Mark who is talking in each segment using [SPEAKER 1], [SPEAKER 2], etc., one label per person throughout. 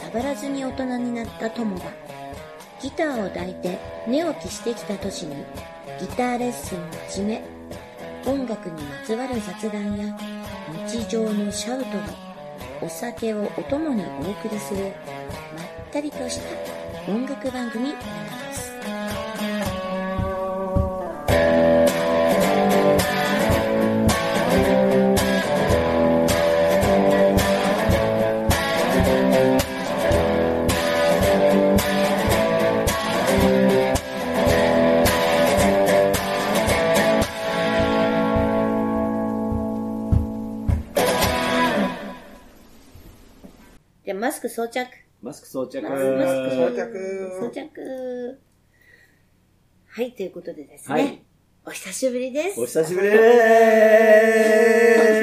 [SPEAKER 1] たがらずに大人になった友がギターを抱いて寝起きしてきた年にギターレッスンをはじめ音楽にまつわる雑談や日常のシャウトがお酒をお供にお送りするまったりとした音楽番組なのですじゃあマスク装着
[SPEAKER 2] マスク装着。
[SPEAKER 1] マスマスク
[SPEAKER 3] 装
[SPEAKER 1] 装
[SPEAKER 3] 着。
[SPEAKER 1] 着はいということでです
[SPEAKER 2] は
[SPEAKER 1] ね、
[SPEAKER 2] い。
[SPEAKER 1] お久しぶりです
[SPEAKER 2] お久しぶりで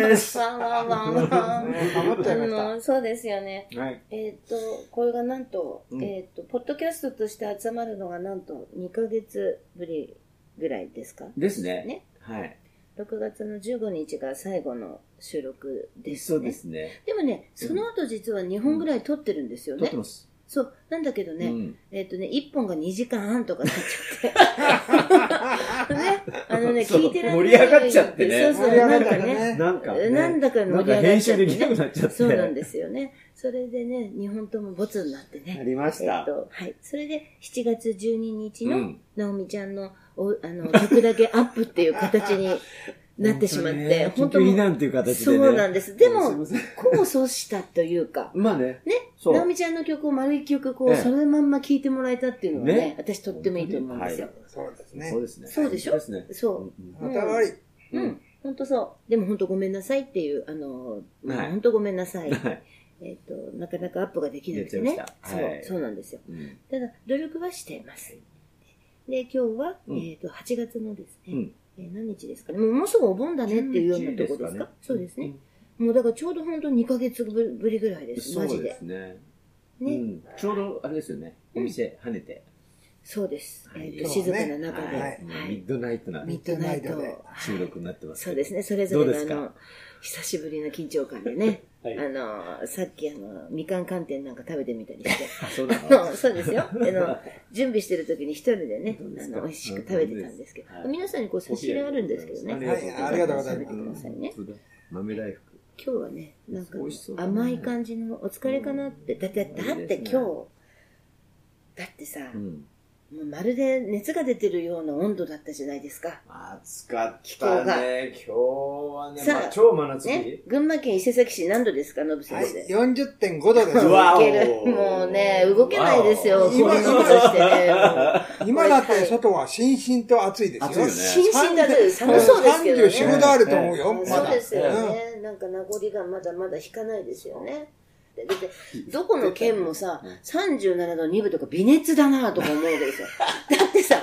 [SPEAKER 2] ーす。
[SPEAKER 1] わんわんわんわん
[SPEAKER 3] ね守っ
[SPEAKER 1] あ
[SPEAKER 3] てやがっ
[SPEAKER 1] のそうですよね
[SPEAKER 3] た。はい。
[SPEAKER 1] えっ、と、これがなんと、
[SPEAKER 2] うん
[SPEAKER 1] えっ、と、ポッドキャストとして集まるのがなんと2ヶ月ぶりぐらいですか
[SPEAKER 2] ですね。
[SPEAKER 1] ね
[SPEAKER 2] はい。
[SPEAKER 1] ?6 月の15日が最後の収録です、ね。
[SPEAKER 2] そうですね。
[SPEAKER 1] でもね、その後実は2本ぐらい撮ってるんですよ
[SPEAKER 2] 撮っ
[SPEAKER 1] ね。
[SPEAKER 2] てます。
[SPEAKER 1] そう、なんだけどね、
[SPEAKER 2] うん。
[SPEAKER 1] えっ、とね、1本が2時間半とかなっちゃって。ね、あのね、
[SPEAKER 2] そう
[SPEAKER 1] 聞いてら
[SPEAKER 2] 盛り上がっちゃってね
[SPEAKER 1] そうそう、
[SPEAKER 3] 盛り上
[SPEAKER 1] な
[SPEAKER 3] がっ
[SPEAKER 1] ん
[SPEAKER 3] た
[SPEAKER 1] か
[SPEAKER 3] ね
[SPEAKER 1] ね。
[SPEAKER 2] なんか、ね、
[SPEAKER 1] なんだか
[SPEAKER 2] なん
[SPEAKER 1] 盛り
[SPEAKER 2] か
[SPEAKER 1] 上がっ
[SPEAKER 2] 編
[SPEAKER 1] ちゃ
[SPEAKER 2] 集
[SPEAKER 1] って、
[SPEAKER 2] で
[SPEAKER 1] ね。
[SPEAKER 2] きなくなっちゃって。
[SPEAKER 1] そうなん
[SPEAKER 2] す。
[SPEAKER 1] ですよね。それでね、2本ともボツになってね。
[SPEAKER 3] なりまし。
[SPEAKER 1] えったと、はい。それで、7月12日
[SPEAKER 2] う
[SPEAKER 1] の、
[SPEAKER 2] ん。
[SPEAKER 1] なおみちゃんの、お、あの、曲だけアップっていう形になってしまって、
[SPEAKER 2] 本
[SPEAKER 1] 本
[SPEAKER 2] 当
[SPEAKER 1] 当
[SPEAKER 2] にね緊急避
[SPEAKER 1] に、
[SPEAKER 2] 難っていう形で
[SPEAKER 1] そ
[SPEAKER 2] ね。
[SPEAKER 1] うなんです。 です
[SPEAKER 2] い
[SPEAKER 1] も、
[SPEAKER 2] ません
[SPEAKER 1] こうそうしたというか、
[SPEAKER 2] まあね。
[SPEAKER 1] ね。
[SPEAKER 2] そう。
[SPEAKER 1] なおみちゃんの曲を丸一曲、こ
[SPEAKER 2] え
[SPEAKER 1] う、
[SPEAKER 2] え
[SPEAKER 1] そのまんま聴いてもらえたっていうのはね
[SPEAKER 2] ね、
[SPEAKER 1] 私とってもいいと思うんですよ。
[SPEAKER 3] そうですね
[SPEAKER 2] そう。ですね。
[SPEAKER 1] そうでしょ
[SPEAKER 2] ですね。
[SPEAKER 1] そう。
[SPEAKER 2] う
[SPEAKER 3] また終わり。
[SPEAKER 1] うんん。本当そう。でも本当ごめんなさいっていう、あの、ま
[SPEAKER 2] は
[SPEAKER 1] あ
[SPEAKER 2] い
[SPEAKER 1] 本当ごめんなさい
[SPEAKER 2] ん。。はい。
[SPEAKER 1] えっと、なかなかアップができなくて
[SPEAKER 2] や
[SPEAKER 1] ね
[SPEAKER 2] っちゃい。まし
[SPEAKER 1] そ
[SPEAKER 2] たは
[SPEAKER 1] う
[SPEAKER 2] い、
[SPEAKER 1] そうなんですよ。
[SPEAKER 2] うん
[SPEAKER 1] ただ、努力はしています。で、今日は、
[SPEAKER 2] うん
[SPEAKER 1] えっ、と、8月のですね、
[SPEAKER 2] うん
[SPEAKER 1] えー何日ですかね、もうもうすぐお盆だねっていうようなとこですかそうですね、。もうだからちょうど本当2ヶ月ぶぶりぐらいです、
[SPEAKER 2] そ
[SPEAKER 1] マ
[SPEAKER 2] う
[SPEAKER 1] ジ
[SPEAKER 2] で。
[SPEAKER 1] です
[SPEAKER 2] ね。う
[SPEAKER 1] ね、
[SPEAKER 2] んちょうどあれですよね。お店跳ねて。
[SPEAKER 1] そうです。えっ、と、
[SPEAKER 3] はい
[SPEAKER 1] 静かな中で、
[SPEAKER 3] は
[SPEAKER 1] はいい
[SPEAKER 2] ミッドナイトな
[SPEAKER 1] ミッドナイト
[SPEAKER 3] ミッドナイトで
[SPEAKER 2] 収録になってます。
[SPEAKER 1] そうですね、それぞ
[SPEAKER 2] どうで
[SPEAKER 1] れ
[SPEAKER 2] す
[SPEAKER 1] のあ
[SPEAKER 2] か
[SPEAKER 1] の、久しぶりの緊張感 でね、
[SPEAKER 2] はい
[SPEAKER 1] あの、さっきあの、みかん寒天なんか食べてみたりして、
[SPEAKER 2] あ、そうな
[SPEAKER 1] あ
[SPEAKER 2] の
[SPEAKER 1] の そうですよ。あの、準備してる時に一人でね、あの、美味しく食べてたんですけど、
[SPEAKER 2] はい
[SPEAKER 1] 皆さんにこう差し入れあるんですけどね。
[SPEAKER 3] はいありがとうございま
[SPEAKER 1] 食べ
[SPEAKER 3] す
[SPEAKER 1] てくださいね。
[SPEAKER 2] 本当だ豆大福。
[SPEAKER 1] 今日はね、なんか
[SPEAKER 2] 美味しそうだね
[SPEAKER 1] 甘い感じのお疲れかなって、だって、だって今日、だってさ、
[SPEAKER 2] う
[SPEAKER 1] も
[SPEAKER 2] ん。
[SPEAKER 1] うまるで熱が出てるような温度だったじゃないですか。
[SPEAKER 3] 暑かっ
[SPEAKER 1] 気候が
[SPEAKER 3] たね。今日はね、
[SPEAKER 1] さあ
[SPEAKER 3] まあ超真夏
[SPEAKER 1] ね
[SPEAKER 3] 日。、
[SPEAKER 1] 群馬県伊勢崎市何度ですか、ノブ
[SPEAKER 3] は
[SPEAKER 1] 先
[SPEAKER 3] い
[SPEAKER 1] 生。、
[SPEAKER 3] 40.5度です。
[SPEAKER 2] うわ
[SPEAKER 1] い
[SPEAKER 2] お
[SPEAKER 1] ける。もうね、動けないですよ、こ
[SPEAKER 3] わお
[SPEAKER 1] ういうことしてね。もう
[SPEAKER 3] 今だって外はしんしんと暑いです
[SPEAKER 2] 暑い
[SPEAKER 3] よ。
[SPEAKER 2] よね
[SPEAKER 1] 心身だって寒そうですけどね。
[SPEAKER 3] 34、5度あると思うよ、
[SPEAKER 1] うん
[SPEAKER 3] ま
[SPEAKER 1] そう
[SPEAKER 3] だ。
[SPEAKER 1] ですよね、なんか名残がまだまだ引かないですよねでだってどこの県もさ
[SPEAKER 2] うん
[SPEAKER 1] 37度2分とか微熱だなとか思うわけですよだってさ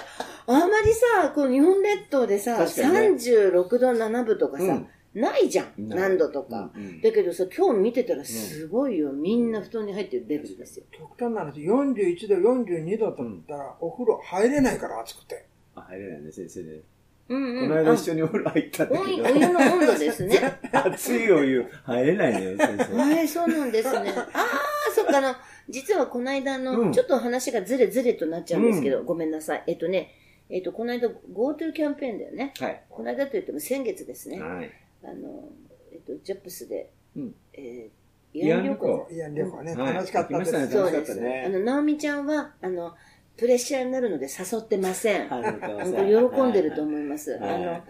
[SPEAKER 1] あんまりさこう日本列島でさ、
[SPEAKER 2] 確かにね
[SPEAKER 1] 36度7分とかさ、ないじゃん
[SPEAKER 2] うん
[SPEAKER 1] 何度とか、だけどさ今日見てたらすごいよみんな布団に入ってるレベルですよ
[SPEAKER 3] 極端な話、41度、42度だったら、お風呂入れないから暑くて。
[SPEAKER 2] あ、入れないね、先生ね。
[SPEAKER 1] うん
[SPEAKER 2] こ
[SPEAKER 1] うん
[SPEAKER 2] の間一緒にお風呂入った んだ
[SPEAKER 1] あお
[SPEAKER 2] け
[SPEAKER 1] い
[SPEAKER 2] ど
[SPEAKER 1] お湯。の温度ですね
[SPEAKER 2] 熱いお湯、入れないね、先生。
[SPEAKER 1] はい、そうなんです ね。ああ、そっか、あの、実はこの間の、
[SPEAKER 2] うん
[SPEAKER 1] ちょっと話がずれずれとなっちゃうんですけど、ごめんなさい。えっとね、えっと、この間 GoTo キャンペーンだよね。
[SPEAKER 2] はい。
[SPEAKER 1] この間と言っても先月ですね。
[SPEAKER 2] はい。
[SPEAKER 1] あの、えっと、ジャップスで、
[SPEAKER 2] うん
[SPEAKER 1] えー、
[SPEAKER 2] 慰安旅行
[SPEAKER 3] いや、旅行ね、
[SPEAKER 2] はい
[SPEAKER 3] 楽しかったです。
[SPEAKER 2] 行きましたね
[SPEAKER 1] そ
[SPEAKER 2] 楽
[SPEAKER 1] う
[SPEAKER 2] し
[SPEAKER 1] で
[SPEAKER 2] か
[SPEAKER 1] す。
[SPEAKER 2] ったね
[SPEAKER 1] あの、ナオミちゃんは、あの、プレッシャーになるので誘ってません。本当喜んでると思います。
[SPEAKER 2] はい
[SPEAKER 1] あの、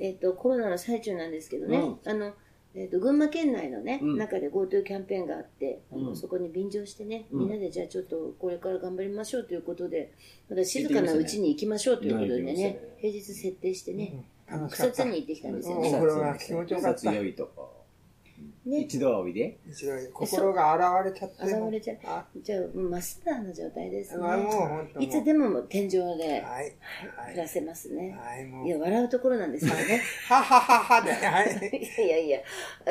[SPEAKER 1] えっ、と、コロナの最中なんですけどね、
[SPEAKER 2] うん
[SPEAKER 1] あの、えっ、と、群馬県内のね、
[SPEAKER 2] うん
[SPEAKER 1] 中で GoTo キャンペーンがあって、あの
[SPEAKER 2] うん
[SPEAKER 1] そこに便乗してね、
[SPEAKER 2] うん
[SPEAKER 1] みんなでじゃあちょっとこれから頑張りましょうということで、また静かなうちに行きましょうということで
[SPEAKER 2] 行ってき
[SPEAKER 1] ね、
[SPEAKER 2] ましたね
[SPEAKER 1] 平日設定してね、
[SPEAKER 3] うん楽しか
[SPEAKER 1] 草
[SPEAKER 3] った
[SPEAKER 1] 津。に行ってきたんですよ
[SPEAKER 3] お
[SPEAKER 1] ね。
[SPEAKER 3] 風呂が気持ちよかった
[SPEAKER 2] 草津良いとこ。
[SPEAKER 1] ね、
[SPEAKER 2] 一度はおいで。
[SPEAKER 3] 一度心が洗われちゃって。
[SPEAKER 1] 現れちゃう。
[SPEAKER 3] あ、
[SPEAKER 1] じゃあ、もうマスターの状態ですね
[SPEAKER 3] もう。本当
[SPEAKER 1] いつでももう天井で
[SPEAKER 3] はい。
[SPEAKER 1] 暮らせますね。
[SPEAKER 3] はい、もう
[SPEAKER 1] い。や、笑うところなんですよね。
[SPEAKER 3] ははははで、はい。
[SPEAKER 1] いやいや いや、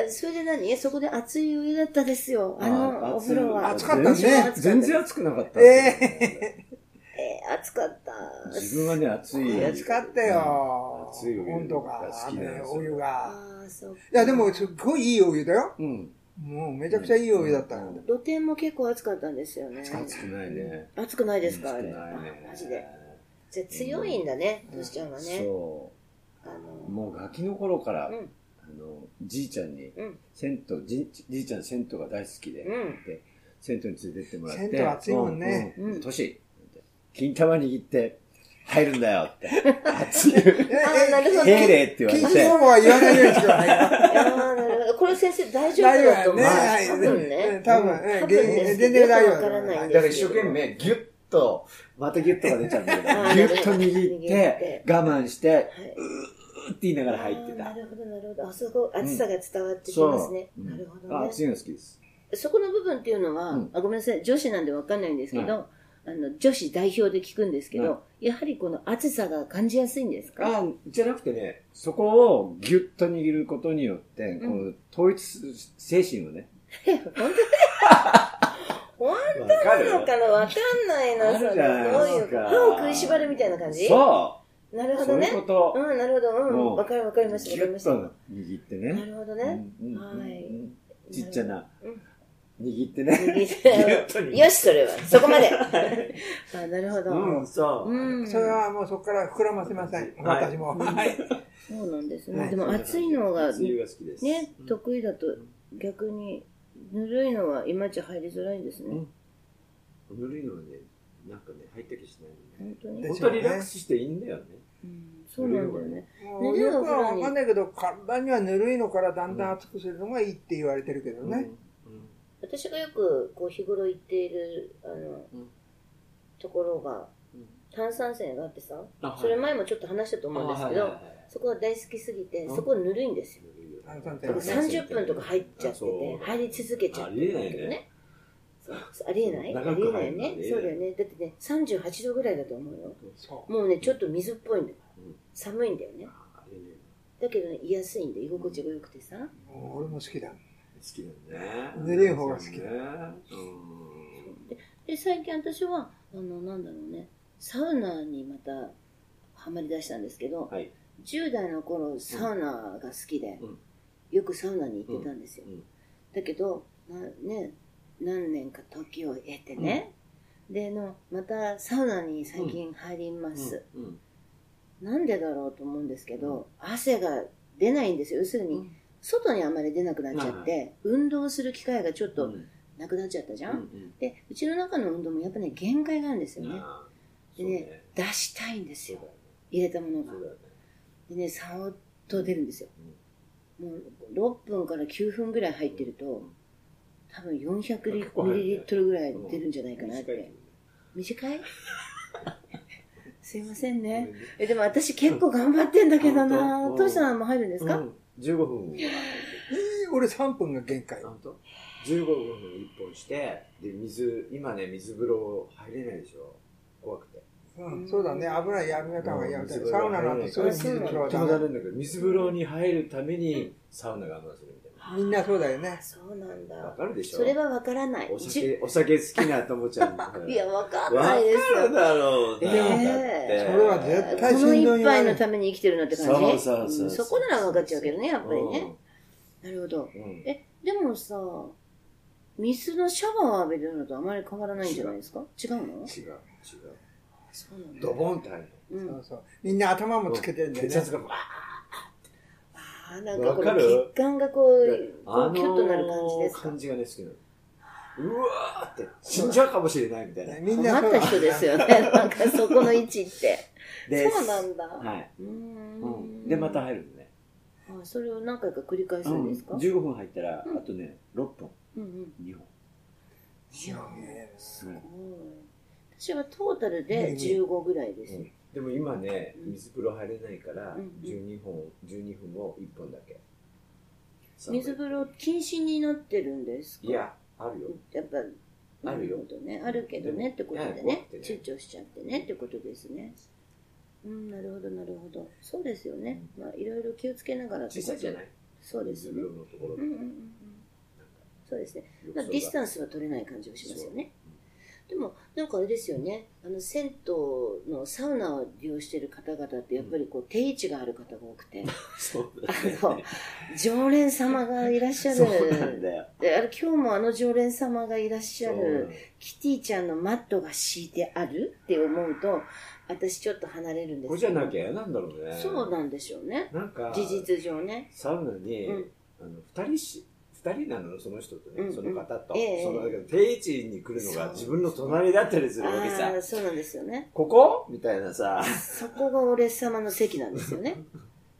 [SPEAKER 1] あそれで何そこで熱いお湯だったですよ。あの、お風呂は。
[SPEAKER 3] 暑かったね
[SPEAKER 2] 全然暑くなかった。
[SPEAKER 3] え
[SPEAKER 1] えー暑かった。
[SPEAKER 2] 自分はね、暑い。
[SPEAKER 3] 暑かったよ。
[SPEAKER 2] 暑いお湯
[SPEAKER 3] 温度が
[SPEAKER 2] が好きなんですよ
[SPEAKER 3] お湯が。
[SPEAKER 1] ああ、そう。
[SPEAKER 3] いや、でも、すっごいいいお湯だよ。
[SPEAKER 2] うん。
[SPEAKER 3] もうめちゃくちゃいいお湯だった
[SPEAKER 2] う
[SPEAKER 3] の
[SPEAKER 2] ん
[SPEAKER 3] で。
[SPEAKER 1] 露天も結構暑かったんですよね。
[SPEAKER 2] 暑くないね。
[SPEAKER 1] 暑くないですか、あ
[SPEAKER 2] 暑く
[SPEAKER 1] れ。
[SPEAKER 2] ないね。
[SPEAKER 1] マジで。じゃあ強いんだね、
[SPEAKER 3] うん
[SPEAKER 1] トシちゃんはね。
[SPEAKER 2] そ
[SPEAKER 1] あ
[SPEAKER 2] う。
[SPEAKER 1] の、
[SPEAKER 2] もうガキの頃から、
[SPEAKER 1] う
[SPEAKER 2] あ
[SPEAKER 1] ん、
[SPEAKER 2] の、じいちゃんに、
[SPEAKER 1] うん、
[SPEAKER 2] 銭湯、じいじいちゃん銭湯が大好きで、
[SPEAKER 1] うん
[SPEAKER 2] で、銭湯に連れてってもらって。
[SPEAKER 3] 銭湯暑いもんね
[SPEAKER 2] うん。う
[SPEAKER 1] うん
[SPEAKER 2] ん年、金玉握って、入るんだよ って。熱い。
[SPEAKER 3] え、
[SPEAKER 1] あなるほど
[SPEAKER 2] 敬礼って言われ
[SPEAKER 3] 金
[SPEAKER 2] て。
[SPEAKER 3] 曜は言わないようにしてくだ さいよ。
[SPEAKER 1] いやーなるほどこれ先生大丈夫だと
[SPEAKER 3] 大丈
[SPEAKER 1] 思
[SPEAKER 3] 夫
[SPEAKER 1] う。
[SPEAKER 3] ね。はい
[SPEAKER 1] 多分ね。
[SPEAKER 3] 多分、
[SPEAKER 1] 多
[SPEAKER 3] え
[SPEAKER 1] 分ね
[SPEAKER 3] 全然大丈夫
[SPEAKER 1] よくわからない
[SPEAKER 2] だから一生懸命ギュッと、またギュッとが出ちゃうんだけど
[SPEAKER 1] あー、
[SPEAKER 2] ギュッと握って、我慢して、
[SPEAKER 1] は
[SPEAKER 2] う
[SPEAKER 1] い。
[SPEAKER 2] って言いながら入って
[SPEAKER 1] あーな
[SPEAKER 2] た。
[SPEAKER 1] るほど、なるほど。あそこ、暑さが伝わってきますね。
[SPEAKER 2] うん
[SPEAKER 1] なるほ
[SPEAKER 2] あ
[SPEAKER 1] どね。
[SPEAKER 2] 熱いの好きです。
[SPEAKER 1] そこの部分っていうのは、
[SPEAKER 2] うん
[SPEAKER 1] あごめんなさい、女子なんでわかんないんですけど、あの女子代表で聞くんですけど、やはりこの暑さが感じやすいんですか
[SPEAKER 2] あじゃなくてね、そこをギュッと握ることによって、この統一す精神をね、わか
[SPEAKER 1] 本当なのかなわかんないな、
[SPEAKER 2] あ
[SPEAKER 1] そ
[SPEAKER 2] る
[SPEAKER 1] れ。どう
[SPEAKER 2] じゃない
[SPEAKER 1] い
[SPEAKER 2] で
[SPEAKER 1] う
[SPEAKER 2] すか
[SPEAKER 1] 歯を食いしばるみたいな感じ
[SPEAKER 2] そ
[SPEAKER 1] なる
[SPEAKER 2] う
[SPEAKER 1] ほ
[SPEAKER 2] そ
[SPEAKER 1] ど
[SPEAKER 2] うい
[SPEAKER 1] ね
[SPEAKER 2] う。こと。
[SPEAKER 1] うん、なるほど。うん。
[SPEAKER 2] もう
[SPEAKER 1] わかるわかりまし
[SPEAKER 2] ギ
[SPEAKER 1] た。わ
[SPEAKER 2] ュ
[SPEAKER 1] かりま
[SPEAKER 2] ッ
[SPEAKER 1] した。
[SPEAKER 2] と握って
[SPEAKER 1] な
[SPEAKER 2] ね。
[SPEAKER 1] るほど
[SPEAKER 2] う
[SPEAKER 1] ね。
[SPEAKER 2] んうんうん
[SPEAKER 1] はい
[SPEAKER 2] うんちっちゃな
[SPEAKER 1] うん、
[SPEAKER 2] 握ってね。
[SPEAKER 1] 右
[SPEAKER 2] ギ
[SPEAKER 1] 手
[SPEAKER 2] ュッと握って。
[SPEAKER 1] よし、それは。そ こまで。あなるほど。
[SPEAKER 2] うん、そう。
[SPEAKER 1] うん
[SPEAKER 3] それはもうそこから膨らませません。
[SPEAKER 2] はい
[SPEAKER 3] 私も。はい。
[SPEAKER 1] そうなんです
[SPEAKER 3] は
[SPEAKER 1] ね。
[SPEAKER 3] い
[SPEAKER 1] でも暑いのが
[SPEAKER 2] 熱いが好きです。
[SPEAKER 1] ね、得意だと逆にぬるいのはいまいち入りづらいんですね。
[SPEAKER 2] ぬるいのはね、なんかね、入った気しないのね。
[SPEAKER 1] 本当に。
[SPEAKER 3] で
[SPEAKER 2] 本当リラックスしていいんだよね。
[SPEAKER 1] うんそうなんだよね。
[SPEAKER 3] もうよくはわかんないけど、体にはぬるいのからだんだん熱くするのがいいって言われてるけどね。
[SPEAKER 2] うん。
[SPEAKER 1] 私がよくこう日頃行っているあの
[SPEAKER 2] うん
[SPEAKER 1] ところが
[SPEAKER 2] うん
[SPEAKER 1] 炭酸泉があってさ、
[SPEAKER 2] あはい
[SPEAKER 1] それ前もちょっと話したと思うんですけ
[SPEAKER 2] あはい
[SPEAKER 1] ど
[SPEAKER 2] はい、はい
[SPEAKER 1] そこは大好きすぎて
[SPEAKER 2] うん
[SPEAKER 1] そこぬるいんですよ。
[SPEAKER 2] ぬるいよ
[SPEAKER 3] 炭酸
[SPEAKER 1] だから
[SPEAKER 3] 泉
[SPEAKER 1] 30分とか入っちゃっ
[SPEAKER 2] あ
[SPEAKER 1] て
[SPEAKER 2] そう
[SPEAKER 1] て入り続けちゃってるんだけどね。そうそうありえないあ
[SPEAKER 2] 長
[SPEAKER 1] りえ
[SPEAKER 2] く
[SPEAKER 1] ない
[SPEAKER 2] 入る
[SPEAKER 1] よ
[SPEAKER 2] のは
[SPEAKER 1] ね
[SPEAKER 2] ありえない。
[SPEAKER 1] そうだよね。だってね、38度ぐらいだと思うよ。
[SPEAKER 3] そ
[SPEAKER 1] もうね、ちょっと水っぽいんだよ
[SPEAKER 2] うん。
[SPEAKER 1] 寒いんだよね。
[SPEAKER 2] あれね
[SPEAKER 1] だけどね、居やすいんで、居心地が良くてさ。
[SPEAKER 3] う。もう俺も好きだ。
[SPEAKER 2] 好きだね。
[SPEAKER 3] ぬるい方が好き
[SPEAKER 2] ね。
[SPEAKER 1] で、最近私は、あの、なんだろうね、サウナにまた、ハマり出したんですけど、
[SPEAKER 2] はい
[SPEAKER 1] 10代の頃、サウナが好きで、
[SPEAKER 2] うん
[SPEAKER 1] よくサウナに行ってたんですよ。
[SPEAKER 2] うんうん
[SPEAKER 1] だけど、なね、何年か時を経てね、での、またサウナに最近入ります。
[SPEAKER 2] うん。うん
[SPEAKER 1] なんでだろうと思うんですけど、汗が出ないんですよ要するに、外にあんまり出なくなっちゃって、運動する機会がちょっと
[SPEAKER 2] うん
[SPEAKER 1] なくなっちゃったじゃ
[SPEAKER 2] う
[SPEAKER 1] ん、
[SPEAKER 2] ん
[SPEAKER 1] でうちの中の運動もやっぱね限界があるんです
[SPEAKER 2] う
[SPEAKER 1] よ
[SPEAKER 2] ん
[SPEAKER 1] ね
[SPEAKER 2] あーそ
[SPEAKER 1] で
[SPEAKER 2] う
[SPEAKER 1] ね
[SPEAKER 2] ね。
[SPEAKER 1] 出したいんで
[SPEAKER 2] そ
[SPEAKER 1] す
[SPEAKER 2] う
[SPEAKER 1] よ入れたものが
[SPEAKER 2] だよね。
[SPEAKER 1] でねさーっと出るんですよ、もう6分から9分ぐらい入ってると多分400リ
[SPEAKER 2] 結構入るね
[SPEAKER 1] ミリリットルぐらい出るんじゃない
[SPEAKER 2] そ
[SPEAKER 1] か
[SPEAKER 2] うだ
[SPEAKER 1] なっ
[SPEAKER 2] よ
[SPEAKER 1] て、
[SPEAKER 2] ね。
[SPEAKER 1] 短い すいません
[SPEAKER 2] 短
[SPEAKER 1] ね
[SPEAKER 2] いね
[SPEAKER 1] えでも私結構頑張ってんだけどな
[SPEAKER 2] うん
[SPEAKER 1] トシさんも入るんですか、
[SPEAKER 2] うん15分は
[SPEAKER 3] えー俺3分が限界。
[SPEAKER 2] 本当15分一本してで水今ね水風呂入れないでしょ怖くて
[SPEAKER 3] うん、そうだね。危ないやめた方がいいやめた方がいい。
[SPEAKER 2] うん
[SPEAKER 3] サウナの後すぐ水風呂は
[SPEAKER 2] とて
[SPEAKER 3] ダ
[SPEAKER 2] も
[SPEAKER 3] メ
[SPEAKER 2] ダメだけど水風呂に入るためにサウナ我慢するみたい
[SPEAKER 3] みんなそうだよね。
[SPEAKER 1] そうなん
[SPEAKER 2] なわ
[SPEAKER 1] だ
[SPEAKER 2] かるでしょ
[SPEAKER 1] それはわからない
[SPEAKER 2] お酒お酒好きなともちゃん
[SPEAKER 1] いや、わかん
[SPEAKER 2] わか
[SPEAKER 1] ないです
[SPEAKER 2] る
[SPEAKER 1] よ。
[SPEAKER 2] だろうな
[SPEAKER 1] で
[SPEAKER 2] だって
[SPEAKER 1] も
[SPEAKER 3] それは絶対
[SPEAKER 1] この一杯のために生きてるのって感じ
[SPEAKER 2] そうそうそうそうん
[SPEAKER 1] そこなら分かっちゃうけどね、やっぱりね。なるほど。
[SPEAKER 2] うんうん
[SPEAKER 1] え、でもさ、水のシャワーを浴びるのとあまり変わらないんじゃないですか違う
[SPEAKER 2] 違う
[SPEAKER 1] の
[SPEAKER 2] 違う
[SPEAKER 1] そうなんだ。
[SPEAKER 2] ドボンって入る
[SPEAKER 1] う
[SPEAKER 3] そ
[SPEAKER 1] ん。
[SPEAKER 3] うそう。みんな頭もつけてるんだよ
[SPEAKER 2] 血
[SPEAKER 3] ね。
[SPEAKER 2] 圧がバーッ
[SPEAKER 1] あーなんかこ
[SPEAKER 2] わか
[SPEAKER 1] の
[SPEAKER 2] る
[SPEAKER 1] 血管がこ
[SPEAKER 2] で
[SPEAKER 1] う、
[SPEAKER 2] あ
[SPEAKER 1] こ
[SPEAKER 2] の
[SPEAKER 1] うキュッとなる感じですか
[SPEAKER 2] 感じがね、好きなの。うわーって、死んじゃうかもしれないみたいな。
[SPEAKER 3] みんな
[SPEAKER 1] 困
[SPEAKER 3] そう
[SPEAKER 1] った人で すよね。なんかそこの位置って。
[SPEAKER 2] で
[SPEAKER 1] そうなんだ。
[SPEAKER 2] はい。
[SPEAKER 1] うー
[SPEAKER 2] うん
[SPEAKER 1] ん。
[SPEAKER 2] で、また入るのね。
[SPEAKER 1] あ。それを何回か繰り返すんですか
[SPEAKER 2] 15分入ったら、
[SPEAKER 1] うん
[SPEAKER 2] あとね、6本、
[SPEAKER 1] うんうん。
[SPEAKER 2] 2本。
[SPEAKER 1] いや
[SPEAKER 3] ね
[SPEAKER 1] すごい。私はトータルで15ぐらいです。
[SPEAKER 2] でも今ね、
[SPEAKER 1] うん
[SPEAKER 2] 水風呂入れないから
[SPEAKER 1] うんうん、
[SPEAKER 2] 12本、12分を1本だけ。
[SPEAKER 1] 水風呂禁止になってるんですか
[SPEAKER 2] い、や、あるよ。
[SPEAKER 1] やっぱ、
[SPEAKER 2] あるよ
[SPEAKER 1] なほどね。あるけど
[SPEAKER 2] で
[SPEAKER 1] ね
[SPEAKER 2] も
[SPEAKER 1] ってことで
[SPEAKER 2] いや怖
[SPEAKER 1] ね
[SPEAKER 2] くて。ね
[SPEAKER 1] 躊躇しちゃってねってことですね。うん、なるほど、なるほど。そうですよね。まあ、いろいろ気をつけながらって
[SPEAKER 2] 小
[SPEAKER 1] こと
[SPEAKER 2] さいじゃない
[SPEAKER 1] そうです
[SPEAKER 2] 水
[SPEAKER 1] ね
[SPEAKER 2] 風。呂のところ
[SPEAKER 1] うんうんうんうん。そうですね。まあ、ディスタンスは取れない感じがしますよね。でもなんかあれですよねあの銭湯のサウナを利用してる方々ってやっぱりこう定位置がある方が多くて
[SPEAKER 2] そうだ
[SPEAKER 1] あの常連様がいらっしゃる
[SPEAKER 2] そうなんだよ。
[SPEAKER 1] であれ今日もあの常連様がいらっしゃ
[SPEAKER 2] そうな
[SPEAKER 1] る
[SPEAKER 2] の
[SPEAKER 1] キティちゃんのマットが敷いてあるって思うと私ちょっと離れるんです
[SPEAKER 2] これじゃなきゃ嫌なんだろうね。
[SPEAKER 1] そうなんでしょうね
[SPEAKER 2] なんか、
[SPEAKER 1] 事実上ね
[SPEAKER 2] サウナに、
[SPEAKER 1] うん
[SPEAKER 2] あの二人し、二人なのその人とね、
[SPEAKER 1] うんうん
[SPEAKER 2] その方と、
[SPEAKER 1] ええ
[SPEAKER 2] そのだけど定位置に来るの
[SPEAKER 1] そ
[SPEAKER 2] が
[SPEAKER 1] う
[SPEAKER 2] 自分の隣だったりす
[SPEAKER 1] あ
[SPEAKER 2] るわけさ
[SPEAKER 1] あーそうなんですよね
[SPEAKER 2] ここみたいなさ
[SPEAKER 1] そこが俺様の席なんですよね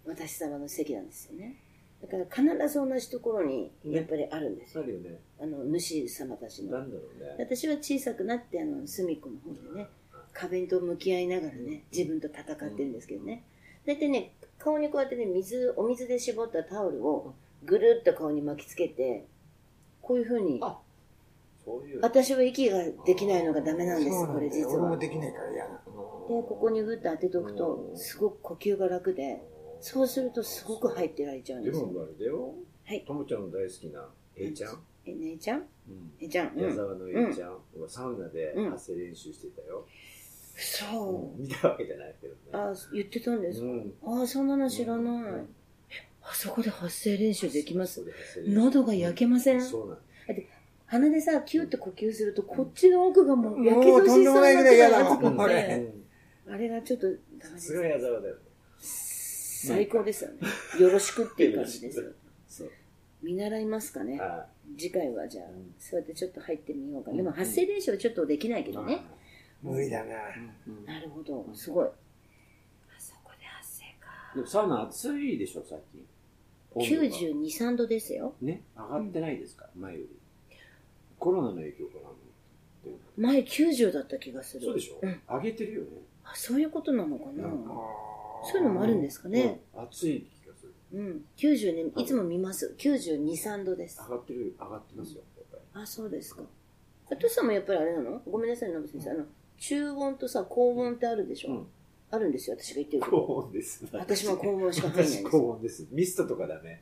[SPEAKER 1] 私様の席なんですよねだから必ず同じところにやっぱりあるんです
[SPEAKER 2] あ
[SPEAKER 1] よ、
[SPEAKER 2] るよね
[SPEAKER 1] あの主様たち
[SPEAKER 2] な
[SPEAKER 1] の
[SPEAKER 2] んだろうね
[SPEAKER 1] 私は小さくなってあの隅っこの方でね壁と向き合いながらね自分と戦ってるんですけどね大体ね顔にこうやってね水お水で絞ったタオルをぐるっと顔に巻きつけてこういうふうに
[SPEAKER 2] あそういうで
[SPEAKER 1] 私は息ができないのがダメなんです
[SPEAKER 3] そうなんだよ
[SPEAKER 1] これ実
[SPEAKER 3] 俺
[SPEAKER 1] は
[SPEAKER 3] もできないから嫌なの
[SPEAKER 1] でここにグッと当てとくと
[SPEAKER 2] うん
[SPEAKER 1] すごく呼吸が楽でそうするとすごく入ってられちゃうん
[SPEAKER 2] で
[SPEAKER 1] です
[SPEAKER 2] も
[SPEAKER 1] よ
[SPEAKER 2] あれだよ
[SPEAKER 1] はい
[SPEAKER 2] ともちゃんの大好きな A ちゃん、
[SPEAKER 1] え姉ちゃん
[SPEAKER 2] うん
[SPEAKER 1] 姉ちゃんう
[SPEAKER 2] 矢
[SPEAKER 1] ん
[SPEAKER 2] 沢の A ちゃんはサウナで
[SPEAKER 1] うん
[SPEAKER 2] 発声練習してたよ、
[SPEAKER 1] そ
[SPEAKER 2] 見たわけじゃないけどね
[SPEAKER 1] うあ言ってたんです
[SPEAKER 2] うん
[SPEAKER 1] あそんなの知ら
[SPEAKER 2] う
[SPEAKER 1] ない
[SPEAKER 2] ん
[SPEAKER 1] あそこで発声練習できます
[SPEAKER 2] そうで発声練習
[SPEAKER 1] 喉が焼けません
[SPEAKER 2] そうなんだ
[SPEAKER 1] 鼻でさキュッて呼吸するとこっちの奥がもう焼け
[SPEAKER 3] もう
[SPEAKER 1] 年
[SPEAKER 3] と
[SPEAKER 1] し
[SPEAKER 3] んで
[SPEAKER 1] そ
[SPEAKER 3] も
[SPEAKER 1] う
[SPEAKER 3] ない
[SPEAKER 1] な
[SPEAKER 3] ぐ
[SPEAKER 1] く
[SPEAKER 3] らい嫌だ
[SPEAKER 1] らい熱く
[SPEAKER 2] う
[SPEAKER 1] っ
[SPEAKER 3] こ
[SPEAKER 2] ん
[SPEAKER 3] れ
[SPEAKER 1] てあれがちょっとダメです
[SPEAKER 2] すごい矢沢だよね
[SPEAKER 1] 最高ですよねよろしくっていう感じですよ
[SPEAKER 2] そう
[SPEAKER 1] 見習いますかね
[SPEAKER 2] は
[SPEAKER 1] 次回はじゃあ
[SPEAKER 2] うん
[SPEAKER 1] そうやってちょっと入ってみようか
[SPEAKER 2] うん
[SPEAKER 1] でも発声練習はちょっとできないけ
[SPEAKER 2] い
[SPEAKER 1] どね
[SPEAKER 3] 無理だな
[SPEAKER 2] うん
[SPEAKER 1] なるほどすごいあそこで発
[SPEAKER 2] でもサウナ暑いでしょ最近
[SPEAKER 1] 生
[SPEAKER 2] 温
[SPEAKER 1] か
[SPEAKER 2] 度が
[SPEAKER 1] 9 2三3度ですよ
[SPEAKER 2] ね上がってないですか、前よりコロナの影響かな
[SPEAKER 1] 前90だった気がする
[SPEAKER 2] そうでしょ、
[SPEAKER 1] うん
[SPEAKER 2] 上げてるよね
[SPEAKER 1] あそういうことなのかな
[SPEAKER 2] なんか
[SPEAKER 1] そういうのもあるんですかね
[SPEAKER 2] うん暑い気がする
[SPEAKER 1] うん90年いつも見ます9 2三3度です
[SPEAKER 2] 上がってる上がってますよやっぱり
[SPEAKER 1] あそうですかトシさんもやっぱりあれなのごめんなさい野口先生あの中温とさ高温ってあるでしょ、
[SPEAKER 2] うん
[SPEAKER 1] あるんですよ私が言ってるけど
[SPEAKER 2] 高温です
[SPEAKER 1] 私も高温しか入んないんです
[SPEAKER 2] 私
[SPEAKER 1] よ
[SPEAKER 2] 高温ですミストとかだね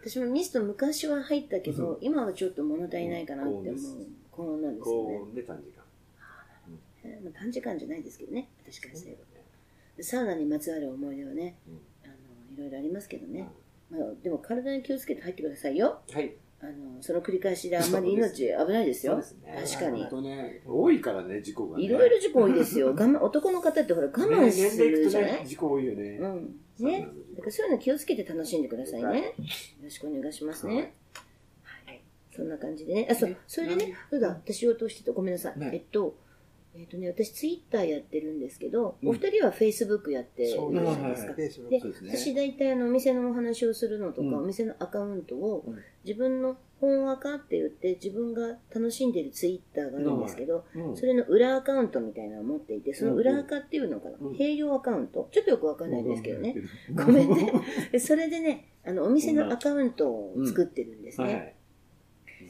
[SPEAKER 1] 私もミスト昔は入ったけど、
[SPEAKER 2] う
[SPEAKER 1] 今はちょっと物足りないかなって思
[SPEAKER 2] う
[SPEAKER 1] う
[SPEAKER 2] 高温
[SPEAKER 1] ん
[SPEAKER 2] です
[SPEAKER 1] 高温なんですよ
[SPEAKER 2] 高
[SPEAKER 1] ね
[SPEAKER 2] 温で短時間
[SPEAKER 1] えーまあ、短時間じゃないですけどね私からす
[SPEAKER 2] そう
[SPEAKER 1] れ
[SPEAKER 2] だ
[SPEAKER 1] ばでサウナにまつわる思い出はねあのいろいろありますけど
[SPEAKER 2] ね
[SPEAKER 1] ね、まあ、でも体に気をつけて入ってくださいよ
[SPEAKER 2] うんはい
[SPEAKER 1] あのその繰り返しであんまり命危ないです
[SPEAKER 2] そう
[SPEAKER 1] よ
[SPEAKER 2] ですね
[SPEAKER 1] 確かに
[SPEAKER 2] 本当ね多いからね事故がね
[SPEAKER 1] いろいろ事故多いですよ我慢男の方ってほら我慢
[SPEAKER 2] ね
[SPEAKER 1] す
[SPEAKER 2] 年齢い
[SPEAKER 1] る
[SPEAKER 2] く
[SPEAKER 1] じ
[SPEAKER 2] と
[SPEAKER 1] ゃない、
[SPEAKER 2] ね事故多いよね
[SPEAKER 1] うん
[SPEAKER 2] サウナ
[SPEAKER 1] ね
[SPEAKER 2] の事故
[SPEAKER 1] だからそういうの気をつけて楽しんでください
[SPEAKER 2] はい
[SPEAKER 1] ね。よろしくお願いしますね。はい。そんな感じでね。あ、そう。それでね、そうだ、私を通してと、ごめんなさい
[SPEAKER 2] ね。
[SPEAKER 1] えっと、えっとね、私ツイッターやってるんですけど、
[SPEAKER 2] うん
[SPEAKER 1] お二人はフェイスブックやってるじゃ
[SPEAKER 3] そう
[SPEAKER 2] ね
[SPEAKER 3] な
[SPEAKER 1] ない
[SPEAKER 3] ん
[SPEAKER 1] で
[SPEAKER 3] ですす
[SPEAKER 1] か
[SPEAKER 3] か。。
[SPEAKER 1] で
[SPEAKER 2] そうですね
[SPEAKER 1] 私大体あのお店のお話をするのとか、
[SPEAKER 2] うん
[SPEAKER 1] お店のアカウントを
[SPEAKER 2] うん
[SPEAKER 1] 自分の本垢って言って自分が楽しんでるツイッターがあるんですけど、
[SPEAKER 2] うん
[SPEAKER 1] それの裏アカウントみたいなのを持っていて、その裏垢っていうのかな、
[SPEAKER 2] うん
[SPEAKER 1] 併用アカウント。ちょっとよくわかんないんですけどね。
[SPEAKER 2] うん
[SPEAKER 1] ごめん ね。でそれでね、あの、お店のアカウントを作ってるんですね。
[SPEAKER 2] はい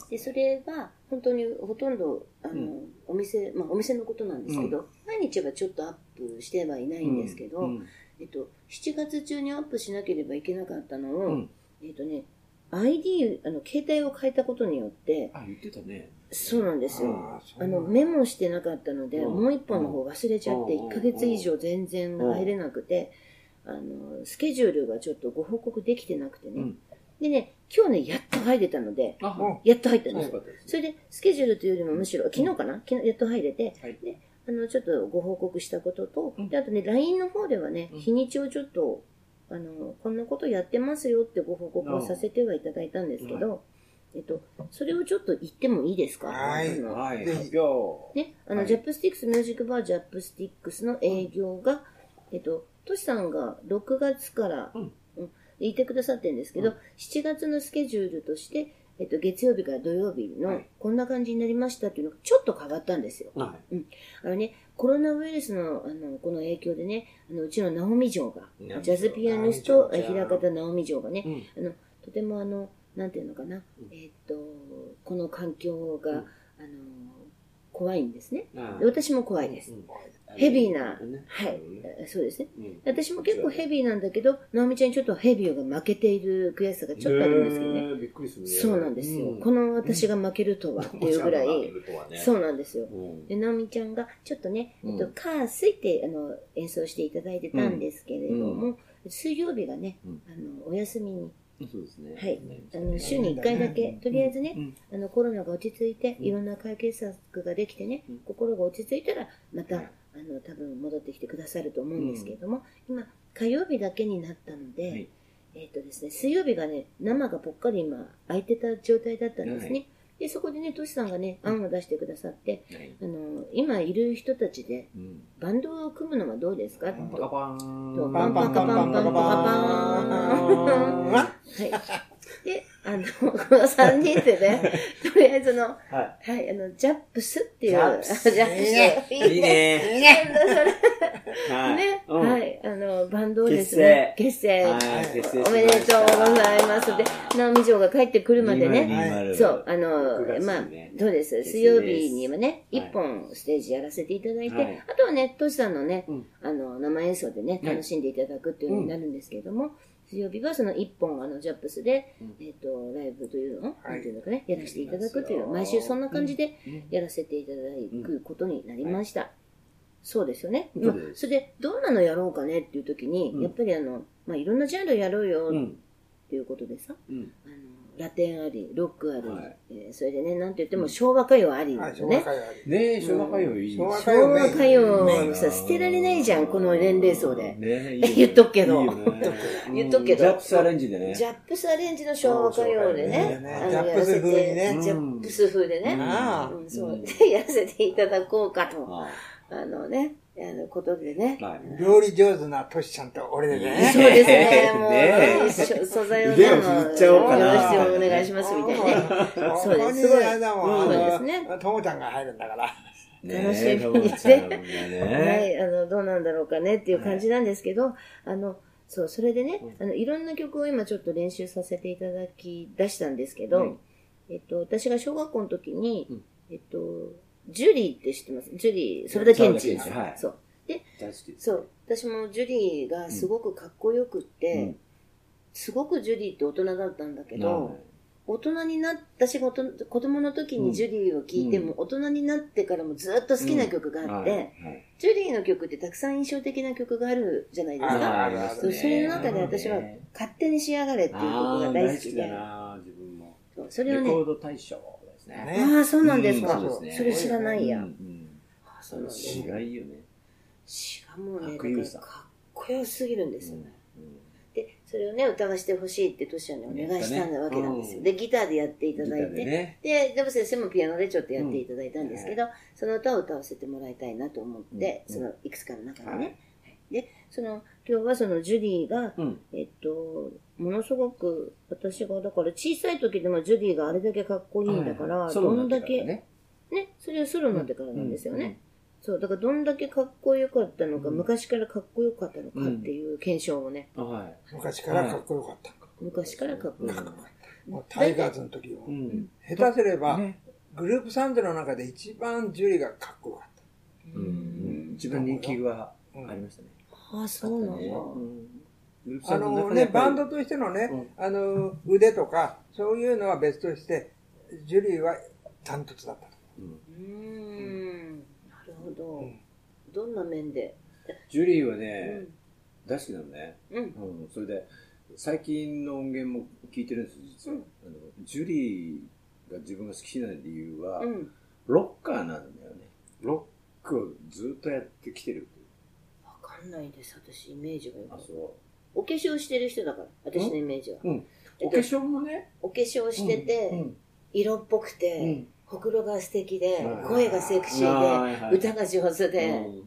[SPEAKER 1] で、それは、本当にほとんど、あの、
[SPEAKER 2] う
[SPEAKER 1] お店、まあ、お店のことなんですけど、毎日はちょっとアップしてはいないんですけど、
[SPEAKER 2] うん
[SPEAKER 1] えっと、7月中にアップしなければいけなかったのを、
[SPEAKER 2] うん
[SPEAKER 1] えっとね、ID、あの、携帯を変えたことによって、
[SPEAKER 2] あ言ってたね
[SPEAKER 1] そうなんですよ。
[SPEAKER 2] うん
[SPEAKER 1] あのメモしてなかったので、
[SPEAKER 2] うん
[SPEAKER 1] もう一本の方忘れちゃって、
[SPEAKER 2] うん
[SPEAKER 1] 1ヶ月以上全然入れなくて、あのスケジュールがちょっとご報告できてなくてね、
[SPEAKER 2] うん
[SPEAKER 1] でね今日ねやっと入れたので
[SPEAKER 2] あ
[SPEAKER 3] うん
[SPEAKER 1] やっと入ったんです
[SPEAKER 2] よか
[SPEAKER 1] よ、
[SPEAKER 2] ったです
[SPEAKER 1] それでスケジュールというよりもむしろ昨日かな、昨日やっと入れて、
[SPEAKER 2] はい
[SPEAKER 1] であのちょっとご報告したことと、
[SPEAKER 2] うん
[SPEAKER 1] であとね LINE の方ではね、
[SPEAKER 2] うん
[SPEAKER 1] 日にちをちょっとあのこんなことやってますよってご報告をさせてはいただいたんですけど、えっと、それをちょっと言ってもいいですか、
[SPEAKER 3] はい
[SPEAKER 1] あの
[SPEAKER 2] はい
[SPEAKER 3] ぜひ
[SPEAKER 2] 発表
[SPEAKER 1] ね、あの、
[SPEAKER 2] はい
[SPEAKER 1] ジャップスティックスミュージックバージャップスティックスの営業が、えっと、トシさんが6月から、
[SPEAKER 2] うん
[SPEAKER 1] うんいてくださってるんですけど、
[SPEAKER 2] うん
[SPEAKER 1] 7月のスケジュールとして、えっと、月曜日から土曜日
[SPEAKER 2] は
[SPEAKER 1] の
[SPEAKER 2] い
[SPEAKER 1] こんな感じになりましたっていうのがちょっと変わったんですよ。
[SPEAKER 2] は
[SPEAKER 1] あのね、コロナウイルスのあのこの影響でね、あのうちの直美嬢が、
[SPEAKER 2] い
[SPEAKER 1] ジャズピアニス
[SPEAKER 2] 直
[SPEAKER 1] ト、
[SPEAKER 2] 美嬢
[SPEAKER 1] 平方直美嬢がね、
[SPEAKER 2] うん
[SPEAKER 1] とてもあの、なんていうのかな、えっと、この環境が、
[SPEAKER 2] うん
[SPEAKER 1] あの、怖いんですね。
[SPEAKER 2] あ
[SPEAKER 1] で私も怖いです。
[SPEAKER 2] うん
[SPEAKER 1] あヘビーな
[SPEAKER 2] ね
[SPEAKER 1] はい
[SPEAKER 2] うん
[SPEAKER 1] えそうですね。
[SPEAKER 2] うん
[SPEAKER 1] 私も結構ヘビーなんだけど、直美ちゃんにちょっとヘビーが負けている悔しさがちょっとあるんですけどね。
[SPEAKER 2] ねびっくりするね
[SPEAKER 1] そうなんですよ。
[SPEAKER 2] うん
[SPEAKER 1] この私が負けるとはっていうぐらい、そうなんですよ。
[SPEAKER 2] うん
[SPEAKER 1] で、直美ちゃんがちょっとね、えっ
[SPEAKER 2] う
[SPEAKER 1] と
[SPEAKER 2] ん、
[SPEAKER 1] カースイってあの演奏していただいてたんですけれども、水曜日がね、
[SPEAKER 2] うん
[SPEAKER 1] あのお休みに、
[SPEAKER 2] そうですね
[SPEAKER 1] はい
[SPEAKER 2] ね
[SPEAKER 1] あの週に1回だけ、とりあえずね、あのコロナが落ち着いて、
[SPEAKER 2] うん
[SPEAKER 1] いろんな解決策ができてね、
[SPEAKER 2] うん
[SPEAKER 1] 心が落ち着いたら、また、
[SPEAKER 2] うん
[SPEAKER 1] あの多分戻ってきてくださると思うんですけれども、今、火曜日だけになったので、
[SPEAKER 2] はい
[SPEAKER 1] えっ、とですね、水曜日がね、生がぽっかり今、空いてた状態だったんですね。
[SPEAKER 2] は
[SPEAKER 1] でそこでね、トシさんがね、案を出してくださって、
[SPEAKER 2] はい
[SPEAKER 1] あの今いる人たちで、
[SPEAKER 2] うん
[SPEAKER 1] バンドを組むのはどうです
[SPEAKER 2] パ
[SPEAKER 1] か
[SPEAKER 2] カ
[SPEAKER 1] と
[SPEAKER 2] パーン
[SPEAKER 1] と
[SPEAKER 3] パンパンパンパンパンパンパンパ
[SPEAKER 1] はい。で、あの、この3人で ね、とりあえずの、
[SPEAKER 2] は
[SPEAKER 1] はい、あの、ジャップスっていう。
[SPEAKER 2] ジャップス
[SPEAKER 1] ジャップス。
[SPEAKER 2] いいい
[SPEAKER 3] ン
[SPEAKER 2] ね
[SPEAKER 3] いいね
[SPEAKER 2] は
[SPEAKER 1] ね、
[SPEAKER 2] うん
[SPEAKER 1] はい、あの、バンドをですね、結成。
[SPEAKER 2] はい結成しました
[SPEAKER 1] おめでとうございます。で、直美嬢が帰ってくるまでね、
[SPEAKER 2] 2020
[SPEAKER 1] そう、あの
[SPEAKER 2] 9、月
[SPEAKER 1] まあ
[SPEAKER 2] にね、
[SPEAKER 1] どうです
[SPEAKER 2] 結成
[SPEAKER 1] 水曜日にはね、
[SPEAKER 2] です
[SPEAKER 1] 一本ステージやらせていただいて、
[SPEAKER 2] はい
[SPEAKER 1] あとはね、トシさんのね
[SPEAKER 2] うん、
[SPEAKER 1] あの、生演奏でね、
[SPEAKER 2] ね
[SPEAKER 1] 楽しんでいただくっていうのになるんですけれども、水曜日はその一本、あの、ジャップスで
[SPEAKER 2] うん、
[SPEAKER 1] えっと、ライブというの
[SPEAKER 3] はい
[SPEAKER 1] なんていうのかね、やらせていただくとい
[SPEAKER 2] や
[SPEAKER 1] う、
[SPEAKER 2] りま
[SPEAKER 1] 毎
[SPEAKER 2] すよ
[SPEAKER 1] 週そんな感じで
[SPEAKER 2] うん
[SPEAKER 1] やらせていただくことになりました。そうですよね。
[SPEAKER 2] そ
[SPEAKER 1] ま
[SPEAKER 2] う
[SPEAKER 1] あ
[SPEAKER 2] です
[SPEAKER 1] それで、どんなのやろうかねっていう時
[SPEAKER 2] うん
[SPEAKER 1] に、やっぱりあの、まあ、いろんなジャンルやろうよ
[SPEAKER 2] う
[SPEAKER 1] っ
[SPEAKER 2] ん
[SPEAKER 1] ていうことでさ、
[SPEAKER 2] うん
[SPEAKER 1] あのラテンあり、ロックあり、
[SPEAKER 2] はい
[SPEAKER 1] えーそれでね、なんて言っても昭和歌謡ありな
[SPEAKER 3] はい、
[SPEAKER 1] んだ
[SPEAKER 3] 昭
[SPEAKER 1] よ
[SPEAKER 3] 和
[SPEAKER 2] ね
[SPEAKER 1] ね
[SPEAKER 3] 歌。謡あり
[SPEAKER 2] え昭和歌謡いい
[SPEAKER 3] 昭和
[SPEAKER 1] 昭
[SPEAKER 3] 歌謡
[SPEAKER 1] 和歌謡
[SPEAKER 2] ね
[SPEAKER 1] さ、捨てられないじゃん、この年齢層で。
[SPEAKER 2] ねえいいよね
[SPEAKER 1] 言っとくけど
[SPEAKER 2] いいよね
[SPEAKER 1] 言っとくけど
[SPEAKER 2] うんジャップスアレンジでね
[SPEAKER 1] ジャップスアレンジの昭和歌謡でね、
[SPEAKER 3] そう昭和歌謡でね
[SPEAKER 1] あの
[SPEAKER 3] ジャップス風にね
[SPEAKER 1] やらせてジャップス風でね、
[SPEAKER 3] あ
[SPEAKER 1] うん
[SPEAKER 2] う
[SPEAKER 1] そ
[SPEAKER 2] ん
[SPEAKER 1] う、でやらせていただこうかと、
[SPEAKER 2] は
[SPEAKER 1] あのね、あのことでね
[SPEAKER 2] い。はい
[SPEAKER 3] 料理上手なトシちゃんと俺で
[SPEAKER 2] いい
[SPEAKER 1] そ
[SPEAKER 3] ね
[SPEAKER 1] うです
[SPEAKER 2] ね
[SPEAKER 1] ね、も
[SPEAKER 2] ね
[SPEAKER 1] う、一緒素材を
[SPEAKER 2] 腕を
[SPEAKER 1] あの
[SPEAKER 2] 振っちゃおうかな
[SPEAKER 1] よろしくお願いしますみたいなね。そうです
[SPEAKER 3] すごいあの
[SPEAKER 1] そうですね
[SPEAKER 3] ともちゃんが入るんだから
[SPEAKER 2] ねえ
[SPEAKER 1] 楽しみにね
[SPEAKER 2] ともちゃんが
[SPEAKER 1] は
[SPEAKER 2] ね
[SPEAKER 1] い、あの、どうなんだろうかねっていう感じなんですけど、あの、そう、それでね、あの、いろんな曲を今ちょっと練習させていただき出したんですけど、
[SPEAKER 2] うん
[SPEAKER 1] えっと、私が小学校の時に、
[SPEAKER 2] うん
[SPEAKER 1] えっと、ジュリーって知ってますジュリー、それだけんち
[SPEAKER 2] 沢田研二はい
[SPEAKER 1] そう。
[SPEAKER 2] 大好きです
[SPEAKER 1] そう。私もジュリーがすごくかっこよくって、
[SPEAKER 2] うん
[SPEAKER 1] すごくジュリーって大人だったんだけど、
[SPEAKER 2] はい
[SPEAKER 1] 大人になっ私が大人子供の時にジュリーを聴いても、大人になってからもずっと好きな曲があって、
[SPEAKER 2] はい
[SPEAKER 1] ジュリーの曲ってたくさん印象的な曲があるじゃないです
[SPEAKER 3] あ
[SPEAKER 1] か。
[SPEAKER 3] あ
[SPEAKER 1] そうそれの中で私は
[SPEAKER 2] ね
[SPEAKER 1] 勝手に仕上がれっていう曲
[SPEAKER 2] あ
[SPEAKER 1] が
[SPEAKER 2] ー
[SPEAKER 1] 大
[SPEAKER 2] 大
[SPEAKER 1] 好
[SPEAKER 2] 好き
[SPEAKER 1] き
[SPEAKER 2] だ
[SPEAKER 1] で。
[SPEAKER 2] な自分も
[SPEAKER 1] そうそれ
[SPEAKER 2] レ
[SPEAKER 1] を
[SPEAKER 2] コ
[SPEAKER 1] ね
[SPEAKER 2] ー、ド大賞ですね
[SPEAKER 3] ね
[SPEAKER 1] ああ、そうなんですか。
[SPEAKER 2] うん
[SPEAKER 1] そ
[SPEAKER 2] そうですね
[SPEAKER 1] れ知らないや。
[SPEAKER 2] うんうん
[SPEAKER 1] あーそ
[SPEAKER 2] そうの
[SPEAKER 1] なんですね
[SPEAKER 2] 違いよね
[SPEAKER 1] しかも
[SPEAKER 2] かっ
[SPEAKER 1] ね、だか
[SPEAKER 2] こいい
[SPEAKER 1] ら
[SPEAKER 2] さ
[SPEAKER 1] かっこよすぎるんですよね。
[SPEAKER 2] うん
[SPEAKER 1] で、それをね、歌わしてほしいってトシちゃんにお願いしたんだわけなんです
[SPEAKER 2] う
[SPEAKER 1] よ。
[SPEAKER 2] ん
[SPEAKER 1] で、ギターでやっていた
[SPEAKER 2] ギタ
[SPEAKER 1] だい
[SPEAKER 2] ー
[SPEAKER 1] て
[SPEAKER 2] で。ね
[SPEAKER 1] で、でも先生もピアノでちょっとやっていただいたんですけど、その歌を歌わせてもらいたいなと思って、
[SPEAKER 2] うん
[SPEAKER 1] そのいくつかの中でね。
[SPEAKER 2] はい
[SPEAKER 1] で、その、今日はそのジュリーが、
[SPEAKER 2] うん
[SPEAKER 1] えっと、ものすごく私が、だから小さい時でもジュリーがあれだけかっこいいんだから、
[SPEAKER 2] はい
[SPEAKER 1] どんだ
[SPEAKER 2] ソロ
[SPEAKER 1] け、
[SPEAKER 2] になってから
[SPEAKER 1] ね、
[SPEAKER 2] ね
[SPEAKER 1] それはソロになってからなんですよね。
[SPEAKER 2] うん
[SPEAKER 1] そう、だからどんだけかっこよかったのか、
[SPEAKER 2] うん
[SPEAKER 1] 昔からかっこよかったのかっていう検証をね、
[SPEAKER 2] はい
[SPEAKER 3] 昔からかっこよかった
[SPEAKER 1] 昔からかっこよかった。
[SPEAKER 3] もうタイガーズの時も
[SPEAKER 2] うん
[SPEAKER 3] 下手すれば
[SPEAKER 2] ね
[SPEAKER 3] グループサウンドの中で一番ジュリがかっこよかっ
[SPEAKER 2] うんうん一番人気がありましたね
[SPEAKER 1] ああ、そうなんだ。
[SPEAKER 3] たあのねバンドとしてのねあの腕とかそういうのは別としてジュリは単独だった
[SPEAKER 1] うーん、なるほど。
[SPEAKER 3] うん
[SPEAKER 1] どんな面で、
[SPEAKER 2] ジュリーはね大好きなのね
[SPEAKER 1] うん、うん、
[SPEAKER 2] うんそれで最近の音源も聞いてるんです実は
[SPEAKER 1] うん
[SPEAKER 2] あのジュリーが自分が好きな理由は
[SPEAKER 1] うん。
[SPEAKER 2] ロッカーなんだよねロックをずっとやってきてる
[SPEAKER 1] わかんないです、私、イメージがよ
[SPEAKER 2] あ
[SPEAKER 1] く。
[SPEAKER 2] そ
[SPEAKER 1] お化粧してる人だから、私のイメージは。
[SPEAKER 2] ううん
[SPEAKER 1] えっ
[SPEAKER 2] お
[SPEAKER 1] と
[SPEAKER 2] 化粧もね
[SPEAKER 1] お化粧してて、
[SPEAKER 2] うん
[SPEAKER 1] 色っぽくて、
[SPEAKER 2] うん
[SPEAKER 1] ほくろが素敵で、
[SPEAKER 2] はい
[SPEAKER 1] 声がセクシ
[SPEAKER 2] あーは
[SPEAKER 1] ー
[SPEAKER 2] い
[SPEAKER 1] で、
[SPEAKER 2] はい
[SPEAKER 1] 歌が上手で、
[SPEAKER 2] うん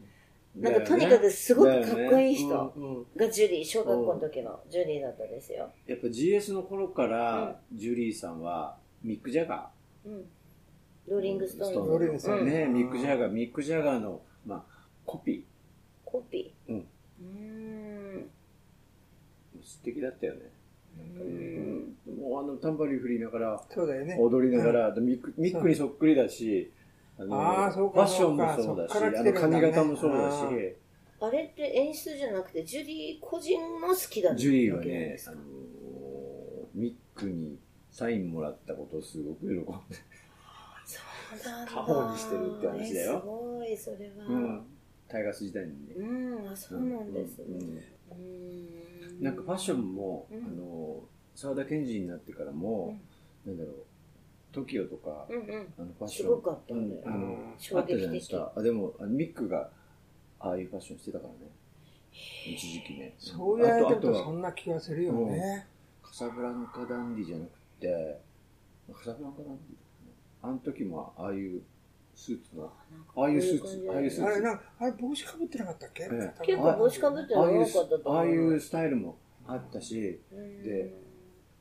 [SPEAKER 1] なんかとにかくすごくかっこいい人
[SPEAKER 2] だよねうんうん
[SPEAKER 1] がジュリー、小学校の時のジュリーだったんですよ。
[SPEAKER 2] やっぱ GS の頃からジュリーさんはミック・ジャガ
[SPEAKER 1] うん。ロー
[SPEAKER 2] ー
[SPEAKER 1] リングストーン
[SPEAKER 3] ロ
[SPEAKER 1] の
[SPEAKER 3] ーリングストーン
[SPEAKER 2] ね、
[SPEAKER 3] うん
[SPEAKER 2] ミック・ジャガーミック・ジャガーの、まあ、コピ
[SPEAKER 1] コピー。
[SPEAKER 2] うん
[SPEAKER 1] うーん。
[SPEAKER 2] ー素敵だったよねなんかね
[SPEAKER 1] うん
[SPEAKER 2] もうあのタンバリン振りながら
[SPEAKER 3] そうだよね
[SPEAKER 2] 踊りながら、でミックミックにそっくりだし、あ
[SPEAKER 3] あーそう
[SPEAKER 2] ファ
[SPEAKER 3] か
[SPEAKER 2] ッションも
[SPEAKER 3] そうか
[SPEAKER 2] そうだ
[SPEAKER 3] そっから
[SPEAKER 2] し、あの
[SPEAKER 3] 来てるんだ
[SPEAKER 2] 髪
[SPEAKER 3] ね
[SPEAKER 2] 型もそうだし
[SPEAKER 3] あ、
[SPEAKER 1] あれって演出じゃなくて、ジュリー個人も好きだった
[SPEAKER 2] ジュリーは
[SPEAKER 1] わけなん
[SPEAKER 2] ね
[SPEAKER 1] で、す
[SPEAKER 2] あ
[SPEAKER 1] か
[SPEAKER 2] のー、ミックにサインもらったことをすごく喜んで。
[SPEAKER 1] そうなんだ
[SPEAKER 2] 過保護にしてるって話だよ
[SPEAKER 1] えすごい、それは。
[SPEAKER 2] う
[SPEAKER 1] うんん、
[SPEAKER 2] タイガース時代にね。
[SPEAKER 1] あそうなんです
[SPEAKER 2] う
[SPEAKER 1] ね。
[SPEAKER 2] ん
[SPEAKER 1] うん
[SPEAKER 2] なんかファッションも、
[SPEAKER 1] うん
[SPEAKER 2] あの沢田研二になってからも、なんだろう TOKIO とか、
[SPEAKER 1] うんうん。
[SPEAKER 2] あのファッシ
[SPEAKER 1] す
[SPEAKER 2] ョン
[SPEAKER 1] ごかったんだよ
[SPEAKER 2] うんあの
[SPEAKER 1] 衝
[SPEAKER 2] あったじゃないで
[SPEAKER 1] 撃
[SPEAKER 2] す
[SPEAKER 1] 的。
[SPEAKER 2] かあでもあのミックがああいうファッションしてたからね一時期ね
[SPEAKER 3] そうや
[SPEAKER 2] あ
[SPEAKER 3] る
[SPEAKER 2] とあ
[SPEAKER 3] と
[SPEAKER 2] と
[SPEAKER 3] そ
[SPEAKER 2] は
[SPEAKER 3] んな気がするよね。
[SPEAKER 2] カサブランカダンディじゃなくてカサブランカダンディあの時もああいうスーツのああいうスーツああいうスー
[SPEAKER 3] あ
[SPEAKER 2] ツ
[SPEAKER 3] れ、なんか、あれ帽子かぶってなかったっけ
[SPEAKER 2] ええ
[SPEAKER 1] 結構帽子かぶってる
[SPEAKER 2] ああい
[SPEAKER 1] の
[SPEAKER 2] う
[SPEAKER 1] 多かったと思う。
[SPEAKER 2] ああいうスタイルもあったし
[SPEAKER 1] うん
[SPEAKER 2] で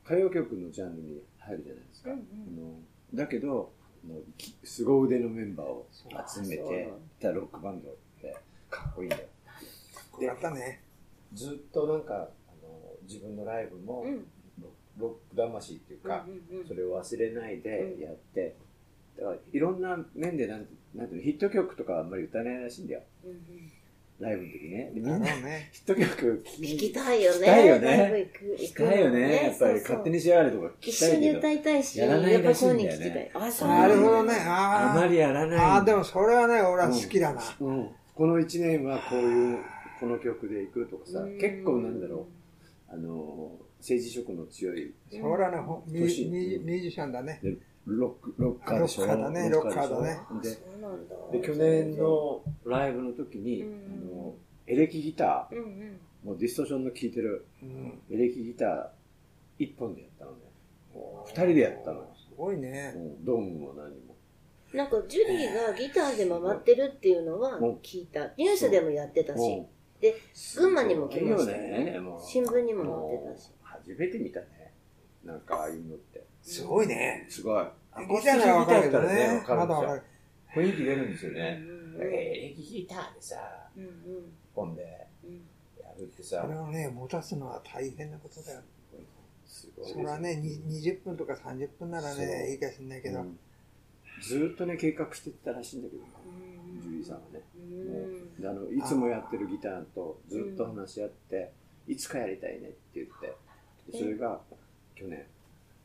[SPEAKER 2] 歌謡曲のジャンルに入るじゃないですか、
[SPEAKER 1] うんうん
[SPEAKER 2] あのだけどあのき凄腕のメンバーを集め
[SPEAKER 1] そう
[SPEAKER 2] てたロックバンドってかっこいいんだよ
[SPEAKER 3] やったね。
[SPEAKER 2] ずっとなんかあの自分のライブも
[SPEAKER 1] うん。
[SPEAKER 2] ロロック魂っていうか、
[SPEAKER 1] うんうんうん
[SPEAKER 2] それを忘れないでやって、だからいろんな面でなんなんていうのヒット曲とかあんまり歌えないらしいんだよ
[SPEAKER 1] うんうん
[SPEAKER 2] ライブの時ねでみ
[SPEAKER 3] だろ
[SPEAKER 2] ん
[SPEAKER 3] う
[SPEAKER 2] な
[SPEAKER 3] ね。
[SPEAKER 2] ヒット曲聴
[SPEAKER 1] 聞
[SPEAKER 2] き
[SPEAKER 1] きたいよね。
[SPEAKER 2] 聞きたいよね
[SPEAKER 1] ライブ行く
[SPEAKER 2] 聞きたいよねやっぱり勝手。にしやがれとか聞
[SPEAKER 1] 行く
[SPEAKER 2] き
[SPEAKER 1] そ
[SPEAKER 2] た
[SPEAKER 1] うそ
[SPEAKER 2] い
[SPEAKER 1] う一緒に
[SPEAKER 2] けど
[SPEAKER 1] 歌いたいし、
[SPEAKER 2] やらない
[SPEAKER 1] やっぱ
[SPEAKER 2] ら
[SPEAKER 1] り
[SPEAKER 2] しい
[SPEAKER 1] そうん
[SPEAKER 2] だ
[SPEAKER 1] に
[SPEAKER 2] よね
[SPEAKER 1] 聞きたい。あ、そう
[SPEAKER 3] な
[SPEAKER 1] なんだ
[SPEAKER 3] るほどね。
[SPEAKER 2] あ
[SPEAKER 3] あ
[SPEAKER 2] ま
[SPEAKER 3] あ。
[SPEAKER 2] りやらない
[SPEAKER 3] ああ、でもそれはね、俺は好きだな。
[SPEAKER 2] うん、この1年はこういうこの曲でいくとかさ
[SPEAKER 1] うん
[SPEAKER 2] 結構なんだろうあの政治色の強い
[SPEAKER 3] それはね、ほミュミ
[SPEAKER 2] 年
[SPEAKER 3] ュミュージシャンだね。
[SPEAKER 2] でロックロッカーでしょ
[SPEAKER 3] ロッカーだね
[SPEAKER 2] でしょ
[SPEAKER 3] ロッカ
[SPEAKER 2] で
[SPEAKER 1] そうなんだ。
[SPEAKER 2] で去年のライブの時に、
[SPEAKER 1] うん
[SPEAKER 2] あのエレキギタ
[SPEAKER 1] うんうん。
[SPEAKER 2] ーもうディストーションの聴いてる
[SPEAKER 3] うん。
[SPEAKER 2] エレキギター1本でやったのね2人でやったの、
[SPEAKER 3] すごいね。
[SPEAKER 2] うんドームも何も
[SPEAKER 1] なんかジュリーがギターで回ってるっていうのは聞いた。ニュースでもやってたし、
[SPEAKER 2] うん
[SPEAKER 1] で群馬にも来ましたよ
[SPEAKER 2] すごいよもう
[SPEAKER 1] 新聞にも載ってたし。
[SPEAKER 2] 初めて見たねなんかああいうのって
[SPEAKER 3] すごいね。
[SPEAKER 2] すごい
[SPEAKER 3] ギターならわかるけどね。
[SPEAKER 2] アコースティックギターだ
[SPEAKER 3] ま
[SPEAKER 2] った
[SPEAKER 3] だ
[SPEAKER 2] らねわ
[SPEAKER 3] わかる
[SPEAKER 2] か。る雰囲気出るんですよ
[SPEAKER 1] うんう
[SPEAKER 2] ね
[SPEAKER 1] ん
[SPEAKER 2] なんかエレキギターでさ
[SPEAKER 1] うんうん
[SPEAKER 2] ポンで
[SPEAKER 1] うん
[SPEAKER 2] やるって
[SPEAKER 3] あ
[SPEAKER 2] さ
[SPEAKER 3] れをね、持たすのは大変なことだよ。
[SPEAKER 2] すごいです
[SPEAKER 3] それはね、に20分とか30分なら
[SPEAKER 2] そう
[SPEAKER 3] ね、いいかしんないけど
[SPEAKER 2] う。んずーっとね計画してたらしいんだけどね
[SPEAKER 1] うん
[SPEAKER 2] ジュリーさんはね
[SPEAKER 1] うん
[SPEAKER 2] もうであのいつもやってるギターとずっと話し合っていつかやりたいねって言ってでそれが去年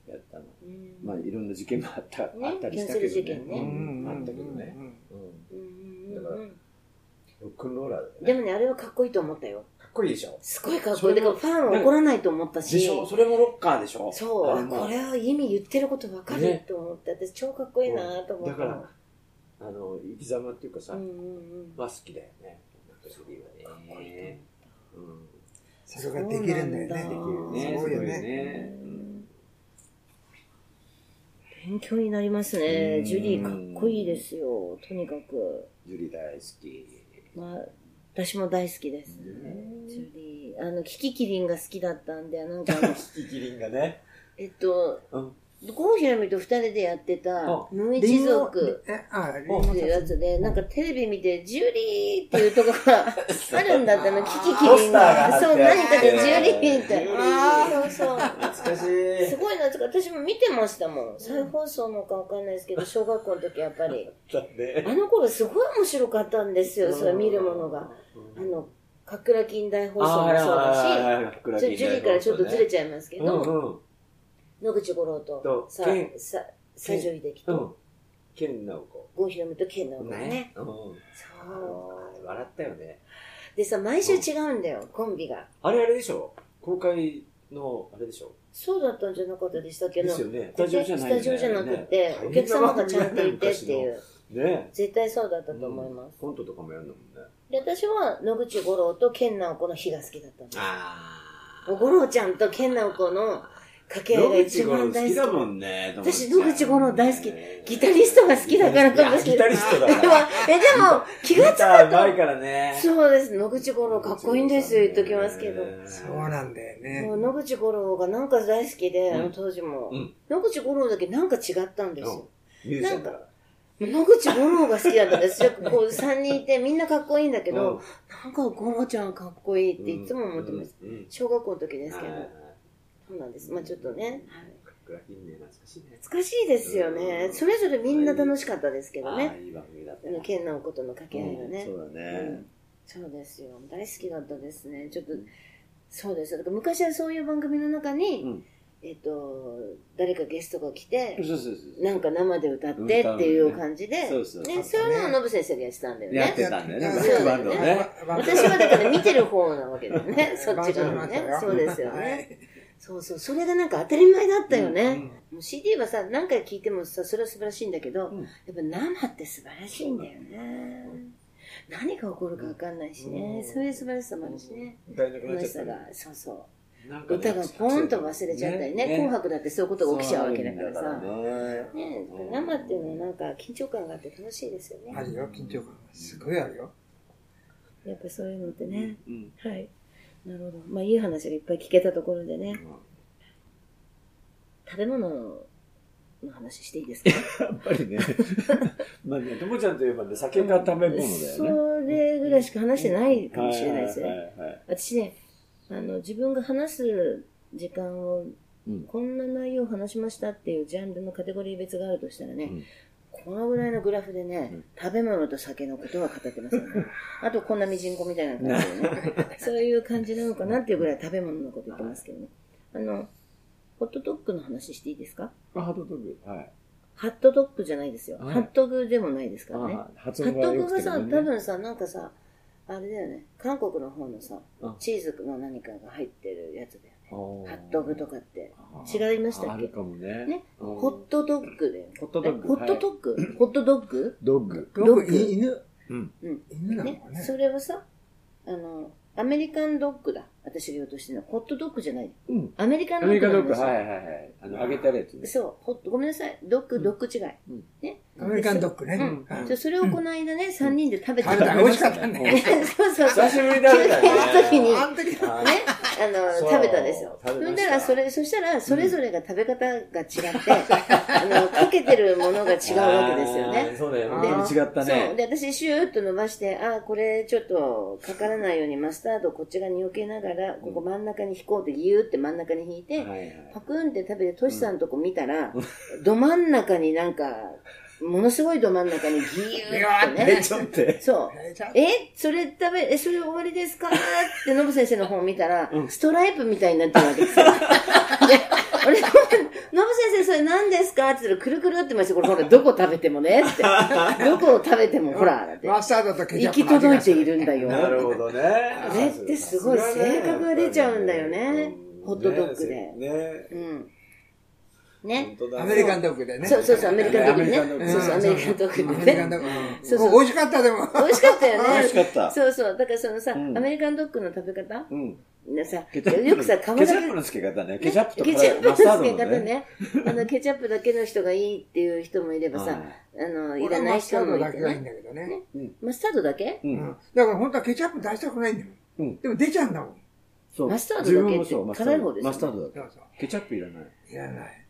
[SPEAKER 2] やったの
[SPEAKER 1] うん
[SPEAKER 2] まあいろんな事件もあった,、
[SPEAKER 1] ね
[SPEAKER 2] あったりした
[SPEAKER 1] キャ
[SPEAKER 2] け
[SPEAKER 1] ンセル事
[SPEAKER 2] ど
[SPEAKER 1] 件ね
[SPEAKER 2] う
[SPEAKER 1] うん
[SPEAKER 2] あったけどね
[SPEAKER 3] う、
[SPEAKER 2] う
[SPEAKER 3] ん
[SPEAKER 2] ん、
[SPEAKER 1] うんうんうん
[SPEAKER 2] だからロックンローラーだよね
[SPEAKER 1] でもね、あれはかっこいいと思ったよ。
[SPEAKER 2] かっこいいでしょ
[SPEAKER 1] すごいかっ
[SPEAKER 2] そ
[SPEAKER 1] こいい。
[SPEAKER 2] れ
[SPEAKER 1] だか
[SPEAKER 2] も
[SPEAKER 1] らファンは怒らないと思ったし。
[SPEAKER 2] でしょそれもロッカーでしょ
[SPEAKER 1] そ
[SPEAKER 2] あれ
[SPEAKER 1] う、
[SPEAKER 2] も
[SPEAKER 1] これは意味言ってることわかる
[SPEAKER 2] ね
[SPEAKER 1] と思って、私超かっこいいなと思った。
[SPEAKER 2] だからあの生き様っていうかさ、
[SPEAKER 1] うんうんうん。
[SPEAKER 2] は好きだよねジュリーはね
[SPEAKER 1] かっこいいと思っ
[SPEAKER 2] う
[SPEAKER 1] た
[SPEAKER 2] ん
[SPEAKER 3] それができるんだよ
[SPEAKER 1] そうな
[SPEAKER 2] で
[SPEAKER 1] んだ
[SPEAKER 3] ね。
[SPEAKER 2] きるね
[SPEAKER 3] すごいよね
[SPEAKER 2] うん
[SPEAKER 1] 勉強になりますね
[SPEAKER 2] う。ん
[SPEAKER 1] ジュリーかっこいいですよ。とにかく。
[SPEAKER 2] ジュリー大好き
[SPEAKER 1] まあ、私も大好きです。
[SPEAKER 2] ね
[SPEAKER 1] ジュリー。あの、キキキリンが好きだったんで、なんか あの、
[SPEAKER 2] キキリンがね
[SPEAKER 1] えっと、
[SPEAKER 2] うん
[SPEAKER 1] 郷ひらみと二人でやってた
[SPEAKER 2] あ、
[SPEAKER 1] ムイ
[SPEAKER 3] リ
[SPEAKER 1] 一
[SPEAKER 3] ンゴ
[SPEAKER 1] 族。
[SPEAKER 3] え、あ、リン
[SPEAKER 1] っ
[SPEAKER 3] ゴ
[SPEAKER 1] ていうやつで、なんかテレビ見て、ジュリーっていうとこ があるんだっての、キキキ
[SPEAKER 2] ポ
[SPEAKER 1] リン
[SPEAKER 2] スターがあ
[SPEAKER 1] が。
[SPEAKER 2] って
[SPEAKER 1] そう、何かでジュリーっ
[SPEAKER 2] ジ
[SPEAKER 1] て。
[SPEAKER 2] ュリー
[SPEAKER 1] ああ、そうそう。
[SPEAKER 2] 懐かし
[SPEAKER 1] す
[SPEAKER 2] い
[SPEAKER 1] ごいな、私も見てましたもん。再放送のかわかんないですけど、小学校の時やっぱり。
[SPEAKER 2] だね
[SPEAKER 1] あの頃すごい面白かったんですよ、それ見るものが。あの、かくら近代放送もそうだし、ちょジュリーからちょっとずれ
[SPEAKER 2] ち
[SPEAKER 1] ちゃいますけ
[SPEAKER 2] うん
[SPEAKER 1] ど、
[SPEAKER 2] うん
[SPEAKER 1] 野口五郎と
[SPEAKER 2] と、
[SPEAKER 1] さ
[SPEAKER 2] ケ、ン
[SPEAKER 1] さ、西城秀樹
[SPEAKER 2] う
[SPEAKER 1] と、
[SPEAKER 2] んケンナオコ
[SPEAKER 1] 郷ひろみと健直がね。
[SPEAKER 2] うんあ
[SPEAKER 1] そ
[SPEAKER 2] ー
[SPEAKER 1] う。
[SPEAKER 2] 笑ったよね
[SPEAKER 1] でさ、毎週違うんだよ、コンビが。
[SPEAKER 2] あれあれでしょ公開のあれでしょ
[SPEAKER 1] そうだったんじゃなかったでしたっけ
[SPEAKER 2] で
[SPEAKER 1] ど、
[SPEAKER 2] すよねスタ
[SPEAKER 1] ここ
[SPEAKER 2] ジオじゃないよね
[SPEAKER 1] スタジオじゃなくて
[SPEAKER 2] ね、
[SPEAKER 1] お客様がちゃんと
[SPEAKER 2] 大変
[SPEAKER 1] いてってい
[SPEAKER 2] な番組だったよ
[SPEAKER 1] う、
[SPEAKER 2] 昔のね
[SPEAKER 1] 絶対そうだったと思います。
[SPEAKER 2] コントとかもやるんだもんね
[SPEAKER 1] で、私は野口五郎と健直子の日が好きだったんです。
[SPEAKER 2] あ
[SPEAKER 1] 五郎ちゃんと健直子の掛け合いが
[SPEAKER 2] 野
[SPEAKER 1] 一
[SPEAKER 2] 口五
[SPEAKER 1] 番
[SPEAKER 2] 郎好
[SPEAKER 1] 大
[SPEAKER 2] き
[SPEAKER 1] 好
[SPEAKER 2] だ
[SPEAKER 1] き。
[SPEAKER 2] もんね。
[SPEAKER 1] 私
[SPEAKER 2] 友
[SPEAKER 1] 野
[SPEAKER 2] 達
[SPEAKER 1] 口
[SPEAKER 2] は
[SPEAKER 1] 五郎大好き
[SPEAKER 2] ね
[SPEAKER 1] ギタリストが好きだからかもしれない
[SPEAKER 2] やギタリスト
[SPEAKER 1] で
[SPEAKER 2] だか
[SPEAKER 1] も
[SPEAKER 2] ら。、
[SPEAKER 1] え、でも、気がつ
[SPEAKER 2] ギターうまいからね。
[SPEAKER 1] そうです。野口五郎かっこいいんですよ、言っときますけど。
[SPEAKER 3] そうなんだよね
[SPEAKER 1] も。う野口五郎がなんか大好きで、
[SPEAKER 2] うん
[SPEAKER 1] あの当時も、
[SPEAKER 2] うん
[SPEAKER 1] 野口五郎だけなんか違ったんですよ。
[SPEAKER 2] ミュージシャンだから。
[SPEAKER 1] 野口五郎が好きだったんですよ。こう3人いてみんなかっこいいんだけど、なんか五郎ちゃんかっこいいっていつも思ってます。
[SPEAKER 2] うん。うん
[SPEAKER 1] 小学校の時ですけど。
[SPEAKER 2] はい
[SPEAKER 1] そうなんです。まあちょっとね。はい
[SPEAKER 4] 桜金明懐かしいね。
[SPEAKER 1] 懐かしいですよね、
[SPEAKER 4] うん
[SPEAKER 1] それぞれみんな楽しかったですけど
[SPEAKER 4] ああ、
[SPEAKER 1] ね、
[SPEAKER 4] いい番組だった
[SPEAKER 1] あの健直子との掛け合いがね、
[SPEAKER 2] そうだね。
[SPEAKER 1] そうですよ大好きだったですねちょっと、そうですよだから昔はそういう番組の中に、
[SPEAKER 2] うん
[SPEAKER 1] えっと誰かゲストが来て、
[SPEAKER 2] そうそうそう。
[SPEAKER 1] なんか生で歌ってっていう感じで、
[SPEAKER 2] 歌うのねそうそう
[SPEAKER 1] ね、そういうのをノブ先生がやってたんだよ
[SPEAKER 2] やっ
[SPEAKER 1] ね
[SPEAKER 2] てたんだよね、
[SPEAKER 3] や
[SPEAKER 2] バ
[SPEAKER 3] っ
[SPEAKER 2] ッ
[SPEAKER 3] て
[SPEAKER 2] ク
[SPEAKER 1] た
[SPEAKER 2] バンドをね。
[SPEAKER 3] バンド
[SPEAKER 1] 私はだから見てる方なわけだよ ねそっち側のね
[SPEAKER 3] バンド
[SPEAKER 1] そうですよね、
[SPEAKER 3] はい
[SPEAKER 1] そうそうそれがなんか当たり前だったよね、
[SPEAKER 2] うん
[SPEAKER 1] もう CD はさ何回聴いてもさそれは素晴らしいんだけど、
[SPEAKER 2] うん
[SPEAKER 1] やっぱ生って素晴らしいんだよね、何が起こるか分かんないしね、そういう素晴らしさもあるしね、
[SPEAKER 4] 歌えなくなっ
[SPEAKER 1] 楽
[SPEAKER 4] ちゃ
[SPEAKER 1] し
[SPEAKER 4] った
[SPEAKER 1] さ
[SPEAKER 4] ね
[SPEAKER 1] がそうそ
[SPEAKER 4] なん
[SPEAKER 1] う
[SPEAKER 4] かね
[SPEAKER 1] 歌がポンと忘れちゃったり
[SPEAKER 2] ね
[SPEAKER 1] ね
[SPEAKER 2] ね
[SPEAKER 1] 紅白」だってそういうことが起きちゃうわけだからさ、ね
[SPEAKER 2] ね
[SPEAKER 1] 生っていうのはなんか緊張感があって楽しいですよね、
[SPEAKER 3] あるよ、緊張感。すごいあるよ。
[SPEAKER 1] やっぱそういうのってね、
[SPEAKER 2] うん。
[SPEAKER 1] はいなるほどまあいい話がいっぱい聞けたところでね食べ物の話していいですか
[SPEAKER 2] やっぱりね。まあね、ともちゃんといえばね、酒が食べ物だよね。
[SPEAKER 1] それぐらいしか話してないかもしれないですね、
[SPEAKER 2] はいはいはいはい。
[SPEAKER 1] 私ねあの自分が話す時間を、
[SPEAKER 2] うん
[SPEAKER 1] こんな内容を話しましたっていうジャンルのカテゴリー別があるとしたらね、
[SPEAKER 2] うん
[SPEAKER 1] このぐらいのグラフでね、食べ物と酒のことは語ってますよねあとこんなミジンコみたいな感じで ねそういう感じなのかなっていうぐらい食べ物のこと言ってますけどねあのホットドッグの話していいですか
[SPEAKER 2] あハートトグ。はい。
[SPEAKER 1] ハットドッグじゃないですよ、
[SPEAKER 2] はい
[SPEAKER 1] ハットグでもないですからね
[SPEAKER 2] あ発
[SPEAKER 1] ハットグがさ、多
[SPEAKER 2] ね。
[SPEAKER 1] 分さ、なんかさ、あれだよね、韓国の方のさ
[SPEAKER 2] あ、
[SPEAKER 1] チーズの何かが入ってるやつだよね。ハ
[SPEAKER 2] ハ
[SPEAKER 1] ットグとかって。
[SPEAKER 2] い
[SPEAKER 1] 違いました
[SPEAKER 2] あ
[SPEAKER 1] っ
[SPEAKER 2] る
[SPEAKER 1] け
[SPEAKER 2] かもね。
[SPEAKER 1] ね
[SPEAKER 2] うん
[SPEAKER 1] ホットドッグだよ。
[SPEAKER 2] ホットドッ
[SPEAKER 1] え
[SPEAKER 2] グ。
[SPEAKER 1] ホットドッグ、ホットドッグ
[SPEAKER 2] ドッグ。
[SPEAKER 1] ドッグ
[SPEAKER 3] 僕、い犬。
[SPEAKER 2] うん
[SPEAKER 1] うん
[SPEAKER 3] 犬なの
[SPEAKER 1] ね
[SPEAKER 3] か。ね。
[SPEAKER 1] それはさ、あの、アメリカンドッグだ。私が言おうとしてるのは。ホットドッグじゃない。
[SPEAKER 2] うん。
[SPEAKER 1] アメリカン
[SPEAKER 2] ア
[SPEAKER 1] ドッ
[SPEAKER 2] メ
[SPEAKER 1] グ
[SPEAKER 2] リカドッグ、
[SPEAKER 1] なんですよ
[SPEAKER 2] はいはいはい。あの、揚げたやつね。
[SPEAKER 1] そう、ホット、ごめんなさい。ドッグ、ドッグ違い。
[SPEAKER 2] うん
[SPEAKER 1] ね。
[SPEAKER 3] アメリカンドッグね。
[SPEAKER 1] うん
[SPEAKER 3] はい
[SPEAKER 1] じゃあそれをこの間ね、3人で食べて
[SPEAKER 3] 食べた。美味しかったね。
[SPEAKER 1] そうそうそう
[SPEAKER 2] 久。しぶりだね。
[SPEAKER 1] 休憩の時に
[SPEAKER 2] あの時
[SPEAKER 1] ね、あの、
[SPEAKER 2] そう
[SPEAKER 1] 食べたんですよ。そ
[SPEAKER 2] 食べ
[SPEAKER 1] れ
[SPEAKER 2] ました
[SPEAKER 1] たら、それ、そしたら、それぞれが食べ方が違って、 あの、かけてるものが違うわけですよ
[SPEAKER 2] あー
[SPEAKER 1] ね。
[SPEAKER 2] そうだよ。
[SPEAKER 3] あ
[SPEAKER 2] 本
[SPEAKER 3] ー
[SPEAKER 2] 当に違った
[SPEAKER 1] そう。
[SPEAKER 2] ね。
[SPEAKER 1] で、私、シューッと伸ばして、ああ、これ、ちょっと、かからないように、マスタード、こっち側に避けながら、ここ真ん中に引こうって、ギューって真ん中に引いて、
[SPEAKER 2] はいはい。
[SPEAKER 1] パクンって食べて、トシさんのとこ見たら、ど真ん中になんか、ものすごいど真ん中にギューってね。
[SPEAKER 2] ちょっと。
[SPEAKER 1] そう。
[SPEAKER 3] えーじゃあ
[SPEAKER 1] えそれ食べ、え、それ終わりですかって、ノブ先生の本見たら、
[SPEAKER 2] うん
[SPEAKER 1] ストライプみたいになってるわけですよ。で俺、ノブノブ先生、それ何ですかって言ったら、くるくるってまして、これほら、どこ食べてもねって。どこを食べてもほら、って。
[SPEAKER 3] マスタードとケチャ
[SPEAKER 1] 行
[SPEAKER 3] ップ
[SPEAKER 1] き届
[SPEAKER 3] の味
[SPEAKER 1] い
[SPEAKER 3] がす
[SPEAKER 1] て
[SPEAKER 3] る
[SPEAKER 1] いるんだよ。
[SPEAKER 2] なるほどね。
[SPEAKER 1] あれってすごい性格が出ちゃうんだよね
[SPEAKER 4] うん
[SPEAKER 1] ホットドッグで
[SPEAKER 4] ね
[SPEAKER 1] う
[SPEAKER 4] ね
[SPEAKER 1] ん。
[SPEAKER 4] 本
[SPEAKER 1] ね。
[SPEAKER 4] 当だね
[SPEAKER 3] アメリカンドッグでね。
[SPEAKER 1] そうそうそう、アメリカンドッグ
[SPEAKER 2] アメリカンドッグ
[SPEAKER 1] ね。そうそう、アメリカンド
[SPEAKER 3] ア
[SPEAKER 1] ッグ
[SPEAKER 3] メ
[SPEAKER 1] で
[SPEAKER 3] リカン
[SPEAKER 1] ね。
[SPEAKER 3] ドッグ。うん
[SPEAKER 1] そうそう
[SPEAKER 3] お美味しかったでも。
[SPEAKER 1] 美味しかったよ
[SPEAKER 2] 美味し
[SPEAKER 1] ね。
[SPEAKER 2] かった。
[SPEAKER 1] そうそう。だからそのさ、
[SPEAKER 2] うん
[SPEAKER 1] アメリカンドッグの食べ方
[SPEAKER 2] うん。
[SPEAKER 1] ねさ、
[SPEAKER 2] ケチャップ
[SPEAKER 1] よくさ、
[SPEAKER 2] ケ
[SPEAKER 1] 顔だ
[SPEAKER 2] チャ
[SPEAKER 1] け
[SPEAKER 2] ップの付け方ね。
[SPEAKER 1] ね
[SPEAKER 2] ケチャップと
[SPEAKER 1] ケチャップ
[SPEAKER 2] マ
[SPEAKER 1] の
[SPEAKER 2] スター
[SPEAKER 1] 付け
[SPEAKER 2] ドの
[SPEAKER 1] 方
[SPEAKER 2] ね。
[SPEAKER 1] ね。あの、ケチャップだけの人がいいっていう人もいれば
[SPEAKER 2] は
[SPEAKER 1] さ、あの、い
[SPEAKER 3] 俺
[SPEAKER 1] ら
[SPEAKER 3] は
[SPEAKER 1] ない
[SPEAKER 3] マスタ
[SPEAKER 1] 人
[SPEAKER 3] ー
[SPEAKER 1] も
[SPEAKER 3] ド
[SPEAKER 1] い
[SPEAKER 3] だ
[SPEAKER 1] て
[SPEAKER 3] けがいいん
[SPEAKER 1] ね。
[SPEAKER 3] だけどね。
[SPEAKER 1] マスタードだけ
[SPEAKER 2] い。う
[SPEAKER 3] うんん。だから本当はケチャップ出したくないんだよ
[SPEAKER 2] うん。
[SPEAKER 3] でも出ちゃうんだもん。
[SPEAKER 2] そう
[SPEAKER 1] マスタードだけ
[SPEAKER 2] 自分もそうマスタ
[SPEAKER 1] 辛い方
[SPEAKER 2] ー
[SPEAKER 1] で
[SPEAKER 2] ド
[SPEAKER 1] すよね
[SPEAKER 2] マスタードだけ
[SPEAKER 3] そうそ
[SPEAKER 2] ケチャップいらない。
[SPEAKER 3] う。いらない。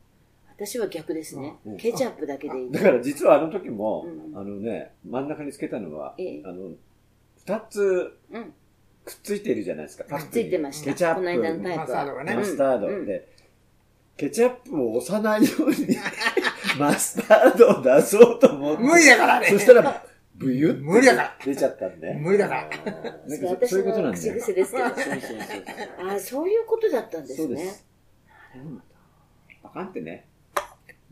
[SPEAKER 1] 私は逆ですね
[SPEAKER 2] うん。
[SPEAKER 1] ケチャップだけでいい。
[SPEAKER 2] だから実はあの時も
[SPEAKER 1] う、ん
[SPEAKER 2] あのね、真ん中につけたのは、
[SPEAKER 1] ええ
[SPEAKER 2] あの、二つ
[SPEAKER 1] うん。
[SPEAKER 2] くっついてるじゃないですか。
[SPEAKER 1] くっついてました
[SPEAKER 2] ケチャップ。
[SPEAKER 1] この間のタイプ
[SPEAKER 3] マスタードがね
[SPEAKER 2] マスター
[SPEAKER 1] うんう
[SPEAKER 2] ド
[SPEAKER 1] ん
[SPEAKER 2] で、ケチャップを押さないように、 マスタードを出そうと思って。
[SPEAKER 3] 無理だからね
[SPEAKER 2] そしたら、ブユッ
[SPEAKER 3] 無理だから。
[SPEAKER 2] 出ちゃったんで。
[SPEAKER 3] 無理だから。
[SPEAKER 2] なん
[SPEAKER 1] そ
[SPEAKER 2] か
[SPEAKER 1] れ
[SPEAKER 2] そ
[SPEAKER 1] 私
[SPEAKER 2] そういうことな
[SPEAKER 1] の
[SPEAKER 2] んだ
[SPEAKER 1] 口
[SPEAKER 2] よ。
[SPEAKER 1] 癖ですけど。
[SPEAKER 2] そうそうそう
[SPEAKER 1] あ あ、そういうことだったんで
[SPEAKER 2] そ
[SPEAKER 1] す
[SPEAKER 2] うで
[SPEAKER 1] ね
[SPEAKER 2] す。。あかんってね。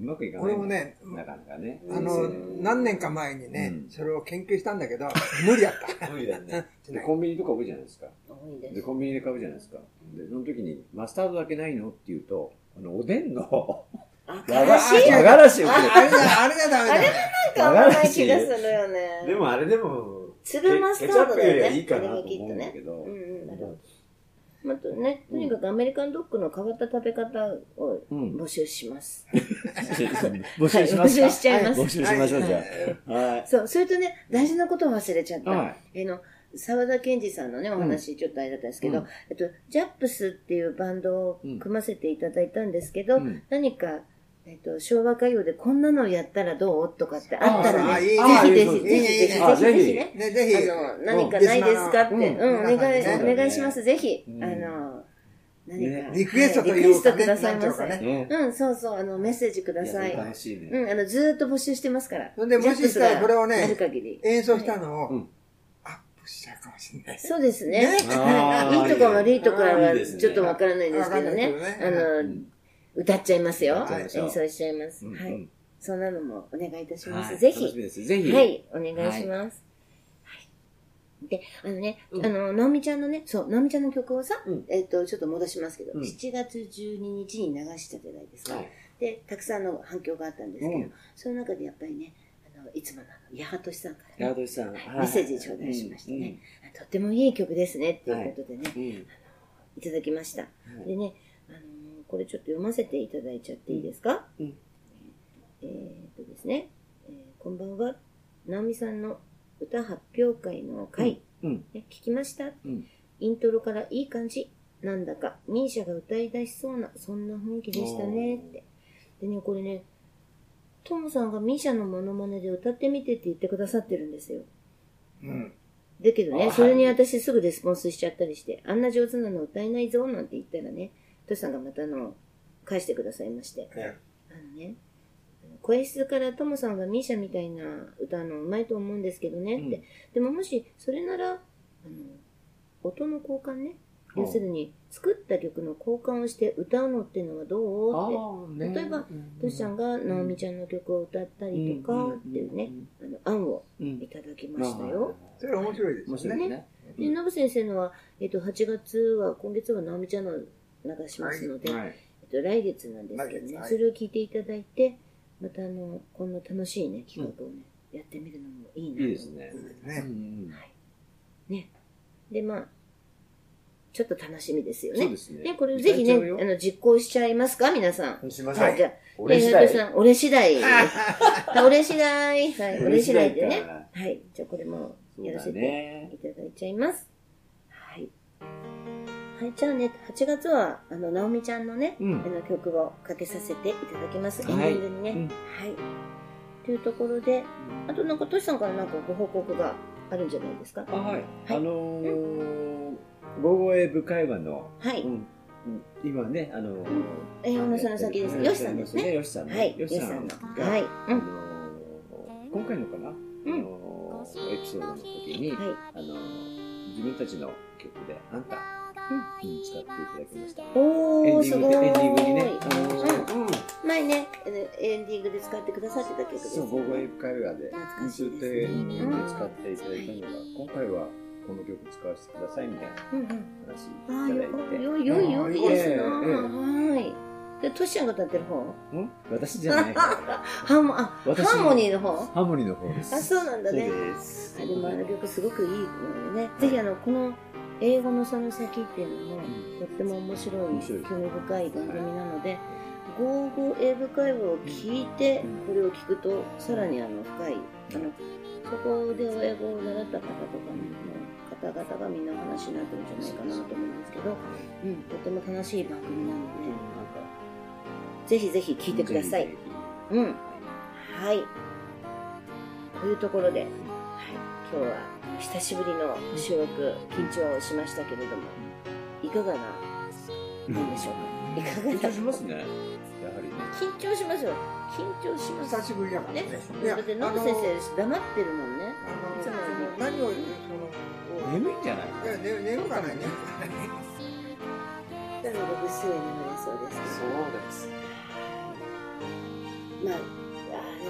[SPEAKER 2] うまくいかない。
[SPEAKER 3] 俺もね
[SPEAKER 2] なかなかね。
[SPEAKER 3] あの、何年か前にね、
[SPEAKER 2] うん
[SPEAKER 3] それを研究したんだけど、無理 だった。
[SPEAKER 2] 無理だね。で、コンビニとか多いじゃないですか。
[SPEAKER 1] 多いで
[SPEAKER 2] で、
[SPEAKER 1] す。
[SPEAKER 2] コンビニで買うじゃないですか。で、その時に、マスタードだけないのって言うと、あの、おでんの、
[SPEAKER 1] あ、
[SPEAKER 2] 和
[SPEAKER 1] 悲しい。
[SPEAKER 2] 和がらしをく
[SPEAKER 3] あれだ、あれだ、ダメだ。
[SPEAKER 1] なんか合わない気がするよね。
[SPEAKER 4] でもあれでも
[SPEAKER 1] 粒マスター
[SPEAKER 4] ケ
[SPEAKER 1] ドだ
[SPEAKER 4] チャップ
[SPEAKER 1] よ
[SPEAKER 4] よりはい
[SPEAKER 1] ね。
[SPEAKER 4] いかな
[SPEAKER 1] あれ
[SPEAKER 2] れ
[SPEAKER 1] は
[SPEAKER 2] と
[SPEAKER 1] きっと
[SPEAKER 2] 思うんだ
[SPEAKER 1] ね
[SPEAKER 2] け。ど
[SPEAKER 1] う、んうんなるほど。またね、とにかくアメリカンドッグの変わった食べ方を
[SPEAKER 2] うん。
[SPEAKER 1] 募集します。
[SPEAKER 2] 募集しますか
[SPEAKER 1] はい募集しちゃいます
[SPEAKER 2] 募集しましょう、じゃあ。はい。
[SPEAKER 1] そう、それとね、大事なことを忘れちゃった。
[SPEAKER 2] は
[SPEAKER 1] えの、沢田研二さんのね、お話、ちょっとあれだったんですけど、
[SPEAKER 2] うん
[SPEAKER 1] えっと、ジャップスっていうバンドを組ませていただいたんですけど、
[SPEAKER 2] うん
[SPEAKER 1] 何か、えっと、昭和歌謡でこんなのやったらどうとかってあった
[SPEAKER 3] あ
[SPEAKER 1] ら
[SPEAKER 3] あ
[SPEAKER 1] ね、
[SPEAKER 3] い
[SPEAKER 1] ぜ
[SPEAKER 3] い
[SPEAKER 1] ひぜひ、
[SPEAKER 2] あ
[SPEAKER 1] ぜ
[SPEAKER 2] いい
[SPEAKER 1] ひぜひ、
[SPEAKER 2] あぜ
[SPEAKER 1] ぜひぜひね。
[SPEAKER 3] ね、ぜひ。
[SPEAKER 1] あの、何かないですかって、
[SPEAKER 2] う
[SPEAKER 1] うんん、お願い、
[SPEAKER 3] 皆さん
[SPEAKER 1] お
[SPEAKER 2] ね
[SPEAKER 1] 願いします。ぜひ
[SPEAKER 2] う、ん
[SPEAKER 1] あの、何か、
[SPEAKER 2] ね
[SPEAKER 3] リクエストと
[SPEAKER 1] リ
[SPEAKER 3] い
[SPEAKER 1] クエ
[SPEAKER 3] う
[SPEAKER 1] スト
[SPEAKER 3] か
[SPEAKER 1] ください
[SPEAKER 3] なん
[SPEAKER 1] ま
[SPEAKER 3] ち
[SPEAKER 1] せ
[SPEAKER 3] ゃうかね。
[SPEAKER 2] ね。
[SPEAKER 1] うん、そうそう、あの、メッセージください。
[SPEAKER 2] や楽しいね。
[SPEAKER 1] うん、あの、ずーっと募集してますから。
[SPEAKER 3] それで
[SPEAKER 1] ジャックス
[SPEAKER 3] もし
[SPEAKER 1] が
[SPEAKER 3] これをね
[SPEAKER 1] やる限り。
[SPEAKER 3] 演奏したの
[SPEAKER 2] う
[SPEAKER 3] を
[SPEAKER 2] ん
[SPEAKER 3] アップしちゃうかもしれない。
[SPEAKER 1] そうですね。
[SPEAKER 3] ね
[SPEAKER 2] あー
[SPEAKER 1] はいいいとこ悪いとこ
[SPEAKER 2] い
[SPEAKER 1] はい
[SPEAKER 2] ですね
[SPEAKER 1] ちょっとわからないんですけどね
[SPEAKER 3] わかんないけ。
[SPEAKER 1] あ
[SPEAKER 3] どね
[SPEAKER 1] の、
[SPEAKER 2] ん
[SPEAKER 1] 歌っちゃいますよ。
[SPEAKER 2] 歌
[SPEAKER 3] っ
[SPEAKER 1] 演
[SPEAKER 2] ちゃいましょう
[SPEAKER 1] 奏しちゃいます。
[SPEAKER 2] うん
[SPEAKER 1] は
[SPEAKER 2] う
[SPEAKER 1] い
[SPEAKER 2] ん。
[SPEAKER 1] そんなのもお願いいたしま
[SPEAKER 2] は
[SPEAKER 1] す。
[SPEAKER 2] い
[SPEAKER 1] ぜ
[SPEAKER 2] 楽しみ
[SPEAKER 1] ひ。
[SPEAKER 2] です。ぜひ。
[SPEAKER 1] はい、お願いします。はい。で、あのね、
[SPEAKER 2] うん
[SPEAKER 1] あの、直美ちゃんのね、そう、直美ちゃんの曲をさ
[SPEAKER 2] うん、
[SPEAKER 1] えっと、ちょっと戻しますけど、
[SPEAKER 2] うん
[SPEAKER 1] 7月12日に流したじゃないですか
[SPEAKER 2] は。い。
[SPEAKER 1] で、たくさんの反響があったんですけど、
[SPEAKER 2] うん
[SPEAKER 1] その中でやっぱりね、あのいつものあの八幡さんか
[SPEAKER 2] ラ
[SPEAKER 1] らね、
[SPEAKER 2] ードシさん。
[SPEAKER 1] メッセージ頂戴しましてね、あとってもいい曲ですねっていうことでね、
[SPEAKER 2] うん。うん。
[SPEAKER 1] い、ただきました。
[SPEAKER 2] はい
[SPEAKER 1] でね、あのーこれちょっと読ませていただいちゃっていいですか、
[SPEAKER 2] うん
[SPEAKER 1] えーっとですね、えーこんばんは、直美さんの歌発表会の回、
[SPEAKER 2] うん。
[SPEAKER 1] ね聞きました、
[SPEAKER 2] うん
[SPEAKER 1] イントロからいい感じ。なんだか、ミーシャが歌い出しそうな、そんな雰囲気でしたねって。でね、これね、トモさんがミーシャのモノマネで歌ってみてって言ってくださってるんですよ。
[SPEAKER 3] うん。
[SPEAKER 1] だけど
[SPEAKER 2] あは
[SPEAKER 1] ね、
[SPEAKER 2] い
[SPEAKER 1] それに私すぐレスポンスしちゃったりして、あんな上手なの歌えないぞなんて言ったらね、トシさんがまたあの、返してくださいまして。
[SPEAKER 3] え
[SPEAKER 1] あのね、声質からトモさんがミーシャみたいな歌のうまいと思うんですけどねって。
[SPEAKER 2] うん
[SPEAKER 1] でももし、それなら、あの、音の交換ね。
[SPEAKER 2] うん
[SPEAKER 1] 要するに、作った曲の交換をして歌うのっていうのはどうっ
[SPEAKER 2] あ、
[SPEAKER 1] て。例えば、トシさんが直美ちゃんの曲を歌ったりとかっていうね、あの、案を
[SPEAKER 2] うん
[SPEAKER 1] いただきましたよ。
[SPEAKER 3] それ面白いです
[SPEAKER 2] 面白
[SPEAKER 3] よ
[SPEAKER 2] い
[SPEAKER 3] ね。
[SPEAKER 2] ね。
[SPEAKER 1] で、ノブ先生のは、えっと、8月は、今月は直美ちゃんの流しますので、
[SPEAKER 2] はい。
[SPEAKER 1] えっと、来月なんですけど
[SPEAKER 3] 来月
[SPEAKER 1] ね、
[SPEAKER 3] はい
[SPEAKER 1] それを聞いていただいて、またあの、こんな楽しいね、企画をね、やってみるのもいいなと
[SPEAKER 2] いいですね。う
[SPEAKER 3] ね。
[SPEAKER 2] ん
[SPEAKER 1] で、まあ、ちょっと楽しみですよ
[SPEAKER 2] うん。そう
[SPEAKER 1] ね
[SPEAKER 2] で。す
[SPEAKER 1] ね、
[SPEAKER 2] ね。
[SPEAKER 1] これぜひね、
[SPEAKER 2] 歌っちゃうよ
[SPEAKER 1] あの、実行しちゃいますか皆さん。
[SPEAKER 5] しましょう。
[SPEAKER 1] はい、じゃあ、
[SPEAKER 2] 俺次
[SPEAKER 1] えー
[SPEAKER 2] 第
[SPEAKER 1] と。さん、俺 次第。俺次第。はい、俺次第でね。
[SPEAKER 2] ね。
[SPEAKER 1] はい、じゃあこれも
[SPEAKER 2] そう
[SPEAKER 1] やら
[SPEAKER 2] だ
[SPEAKER 1] せて
[SPEAKER 2] ね
[SPEAKER 1] い。ただいちゃいます。はい。はい、じゃあね、8月は、あの、直美ちゃんのね、
[SPEAKER 2] うん
[SPEAKER 1] あの曲をかけさせていただきます。エ
[SPEAKER 2] はい
[SPEAKER 1] ンディングにね。
[SPEAKER 2] うん
[SPEAKER 1] はい。というところで、あとなんか、としさんからなんかご報告があるんじゃないですか
[SPEAKER 2] あはい、
[SPEAKER 1] はい
[SPEAKER 2] あのー「午後へ部会話の」
[SPEAKER 1] はい。
[SPEAKER 2] うんうん今ねあのー
[SPEAKER 1] えー、お話の先です。よしさんですね。
[SPEAKER 2] よしさんの
[SPEAKER 1] はい、
[SPEAKER 2] よ
[SPEAKER 1] よ
[SPEAKER 2] し
[SPEAKER 1] し
[SPEAKER 2] さ
[SPEAKER 1] さん
[SPEAKER 2] ん
[SPEAKER 1] の
[SPEAKER 2] が。
[SPEAKER 1] はい。う
[SPEAKER 2] あの
[SPEAKER 1] ん。
[SPEAKER 2] ー今回のかな、
[SPEAKER 1] うん
[SPEAKER 2] あのーエピソードの時に、
[SPEAKER 1] はい。
[SPEAKER 2] あのー自分たちの曲で「あんた」に使っていただきましたエ
[SPEAKER 1] お
[SPEAKER 2] ン
[SPEAKER 1] ー、
[SPEAKER 2] ディ
[SPEAKER 1] す
[SPEAKER 2] ン
[SPEAKER 1] ご
[SPEAKER 2] グでエンディングにね、あの
[SPEAKER 1] ーい。
[SPEAKER 2] ー
[SPEAKER 1] 前ね、エンディングで使ってくださってた曲です
[SPEAKER 2] そう「
[SPEAKER 1] よ
[SPEAKER 2] 午後へ
[SPEAKER 1] ね。
[SPEAKER 2] 部会話で」
[SPEAKER 1] 懐かし
[SPEAKER 2] ずっ
[SPEAKER 1] いで
[SPEAKER 2] と
[SPEAKER 1] す
[SPEAKER 2] エ
[SPEAKER 1] ね
[SPEAKER 2] ンディングで使っていただいたのが、今回はこの曲使わせてくださいみたいな
[SPEAKER 1] うんうん。
[SPEAKER 2] 話い
[SPEAKER 1] ああ、
[SPEAKER 2] ただ
[SPEAKER 1] よ
[SPEAKER 2] いて。
[SPEAKER 1] よよいよいですな。
[SPEAKER 2] うんえええ
[SPEAKER 1] はい。で、トシちゃんが歌ってる方
[SPEAKER 2] ん私じゃない。
[SPEAKER 1] ハーモあ
[SPEAKER 2] 私
[SPEAKER 1] ハーモニーの方
[SPEAKER 2] ハーモニーの方です。
[SPEAKER 1] あ、そうなんだ
[SPEAKER 2] そ
[SPEAKER 1] ね。
[SPEAKER 2] うです。
[SPEAKER 1] あでもあの曲すごくいいのでね。ぜひあの、この英語のその先っていうのも、とっても面白
[SPEAKER 2] 面
[SPEAKER 1] い、
[SPEAKER 2] 白い
[SPEAKER 1] 興味深い番組なので、ゴーゴー英語会話を聞いて、これを聞くと、さらにあの、深い、あの、そこで英語を習った方とかの方々がみんなお話になってるんじゃないかなと思うんですけど、うん、とても楽しい番組なので、なんか、ぜひぜひ聞いてください。うん。はい。というところで、はい、今日は久しぶりの収録、緊張しましたけれども、いかがな、なんでしょうか。いか
[SPEAKER 2] 緊
[SPEAKER 1] が
[SPEAKER 2] 張
[SPEAKER 1] な
[SPEAKER 2] しますね。やはりね。
[SPEAKER 1] 緊張しますよ。緊張します
[SPEAKER 3] 久。しぶりだからね。い
[SPEAKER 1] だって、ノブ先生、黙ってるもんね。
[SPEAKER 3] あのその何を言うその
[SPEAKER 2] 眠いんじゃない。
[SPEAKER 3] いや寝寝ようかないね。
[SPEAKER 1] なので、ぐっすり眠れそうですけど。
[SPEAKER 5] そうです。
[SPEAKER 1] まあ、あー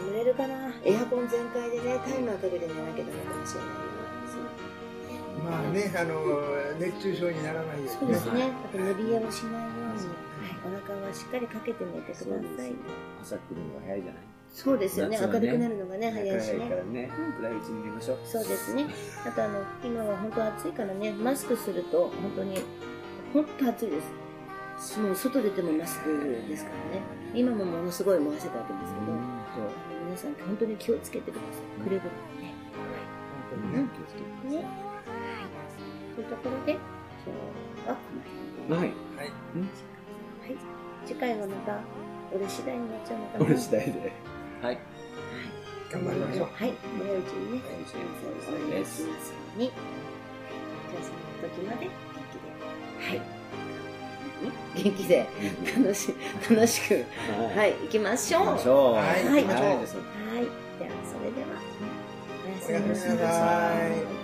[SPEAKER 1] 眠れるかな。エアコン全開でね、タイマーかけて寝なきゃダメかもしれないな。そう
[SPEAKER 3] まあね、あの、熱中症にならないよ
[SPEAKER 1] そううで
[SPEAKER 3] にね。
[SPEAKER 1] すね。あと寝冷えをしないように、はい、お腹はしっかりかけて寝てくだ
[SPEAKER 2] そうです
[SPEAKER 1] さい
[SPEAKER 2] ね。。朝来るのが早いじゃない。
[SPEAKER 1] そうですよね。
[SPEAKER 2] 夏は
[SPEAKER 1] 明
[SPEAKER 2] ね
[SPEAKER 1] るくなるのがね、早いし
[SPEAKER 2] 早いか
[SPEAKER 1] ね。
[SPEAKER 2] らね。暗いうちに寝ましょう。
[SPEAKER 1] そうですね。あとあの今は本当暑いからね、マスクすると本当に本当暑いです。もう外出てもマスクですからね。今もものすごいもう汗かいてますけど、皆さん本当に気をつけてください。くれぐれもね。
[SPEAKER 2] うん気をつけてくだ
[SPEAKER 1] ね。はい。というところで今日はこの辺で。
[SPEAKER 2] さいはい。
[SPEAKER 1] はい。次回はまた、俺次第になっちゃうのかな。
[SPEAKER 2] 俺次第で。はい。
[SPEAKER 3] 頑張りましょう。
[SPEAKER 1] はい。早いうちにね、
[SPEAKER 2] 早いうち
[SPEAKER 1] 皆
[SPEAKER 2] に
[SPEAKER 1] さんお願いしますように。じゃあその時まで元気で。はい。元気で楽し楽しく、はい、行きましょう。
[SPEAKER 6] 行きまし
[SPEAKER 1] は
[SPEAKER 6] ょう。
[SPEAKER 3] は
[SPEAKER 6] は
[SPEAKER 1] 行きましょう
[SPEAKER 3] い
[SPEAKER 6] いです
[SPEAKER 1] い、ではそれではおやすみ
[SPEAKER 3] おや
[SPEAKER 1] な
[SPEAKER 3] す
[SPEAKER 1] さい。
[SPEAKER 3] みなさい。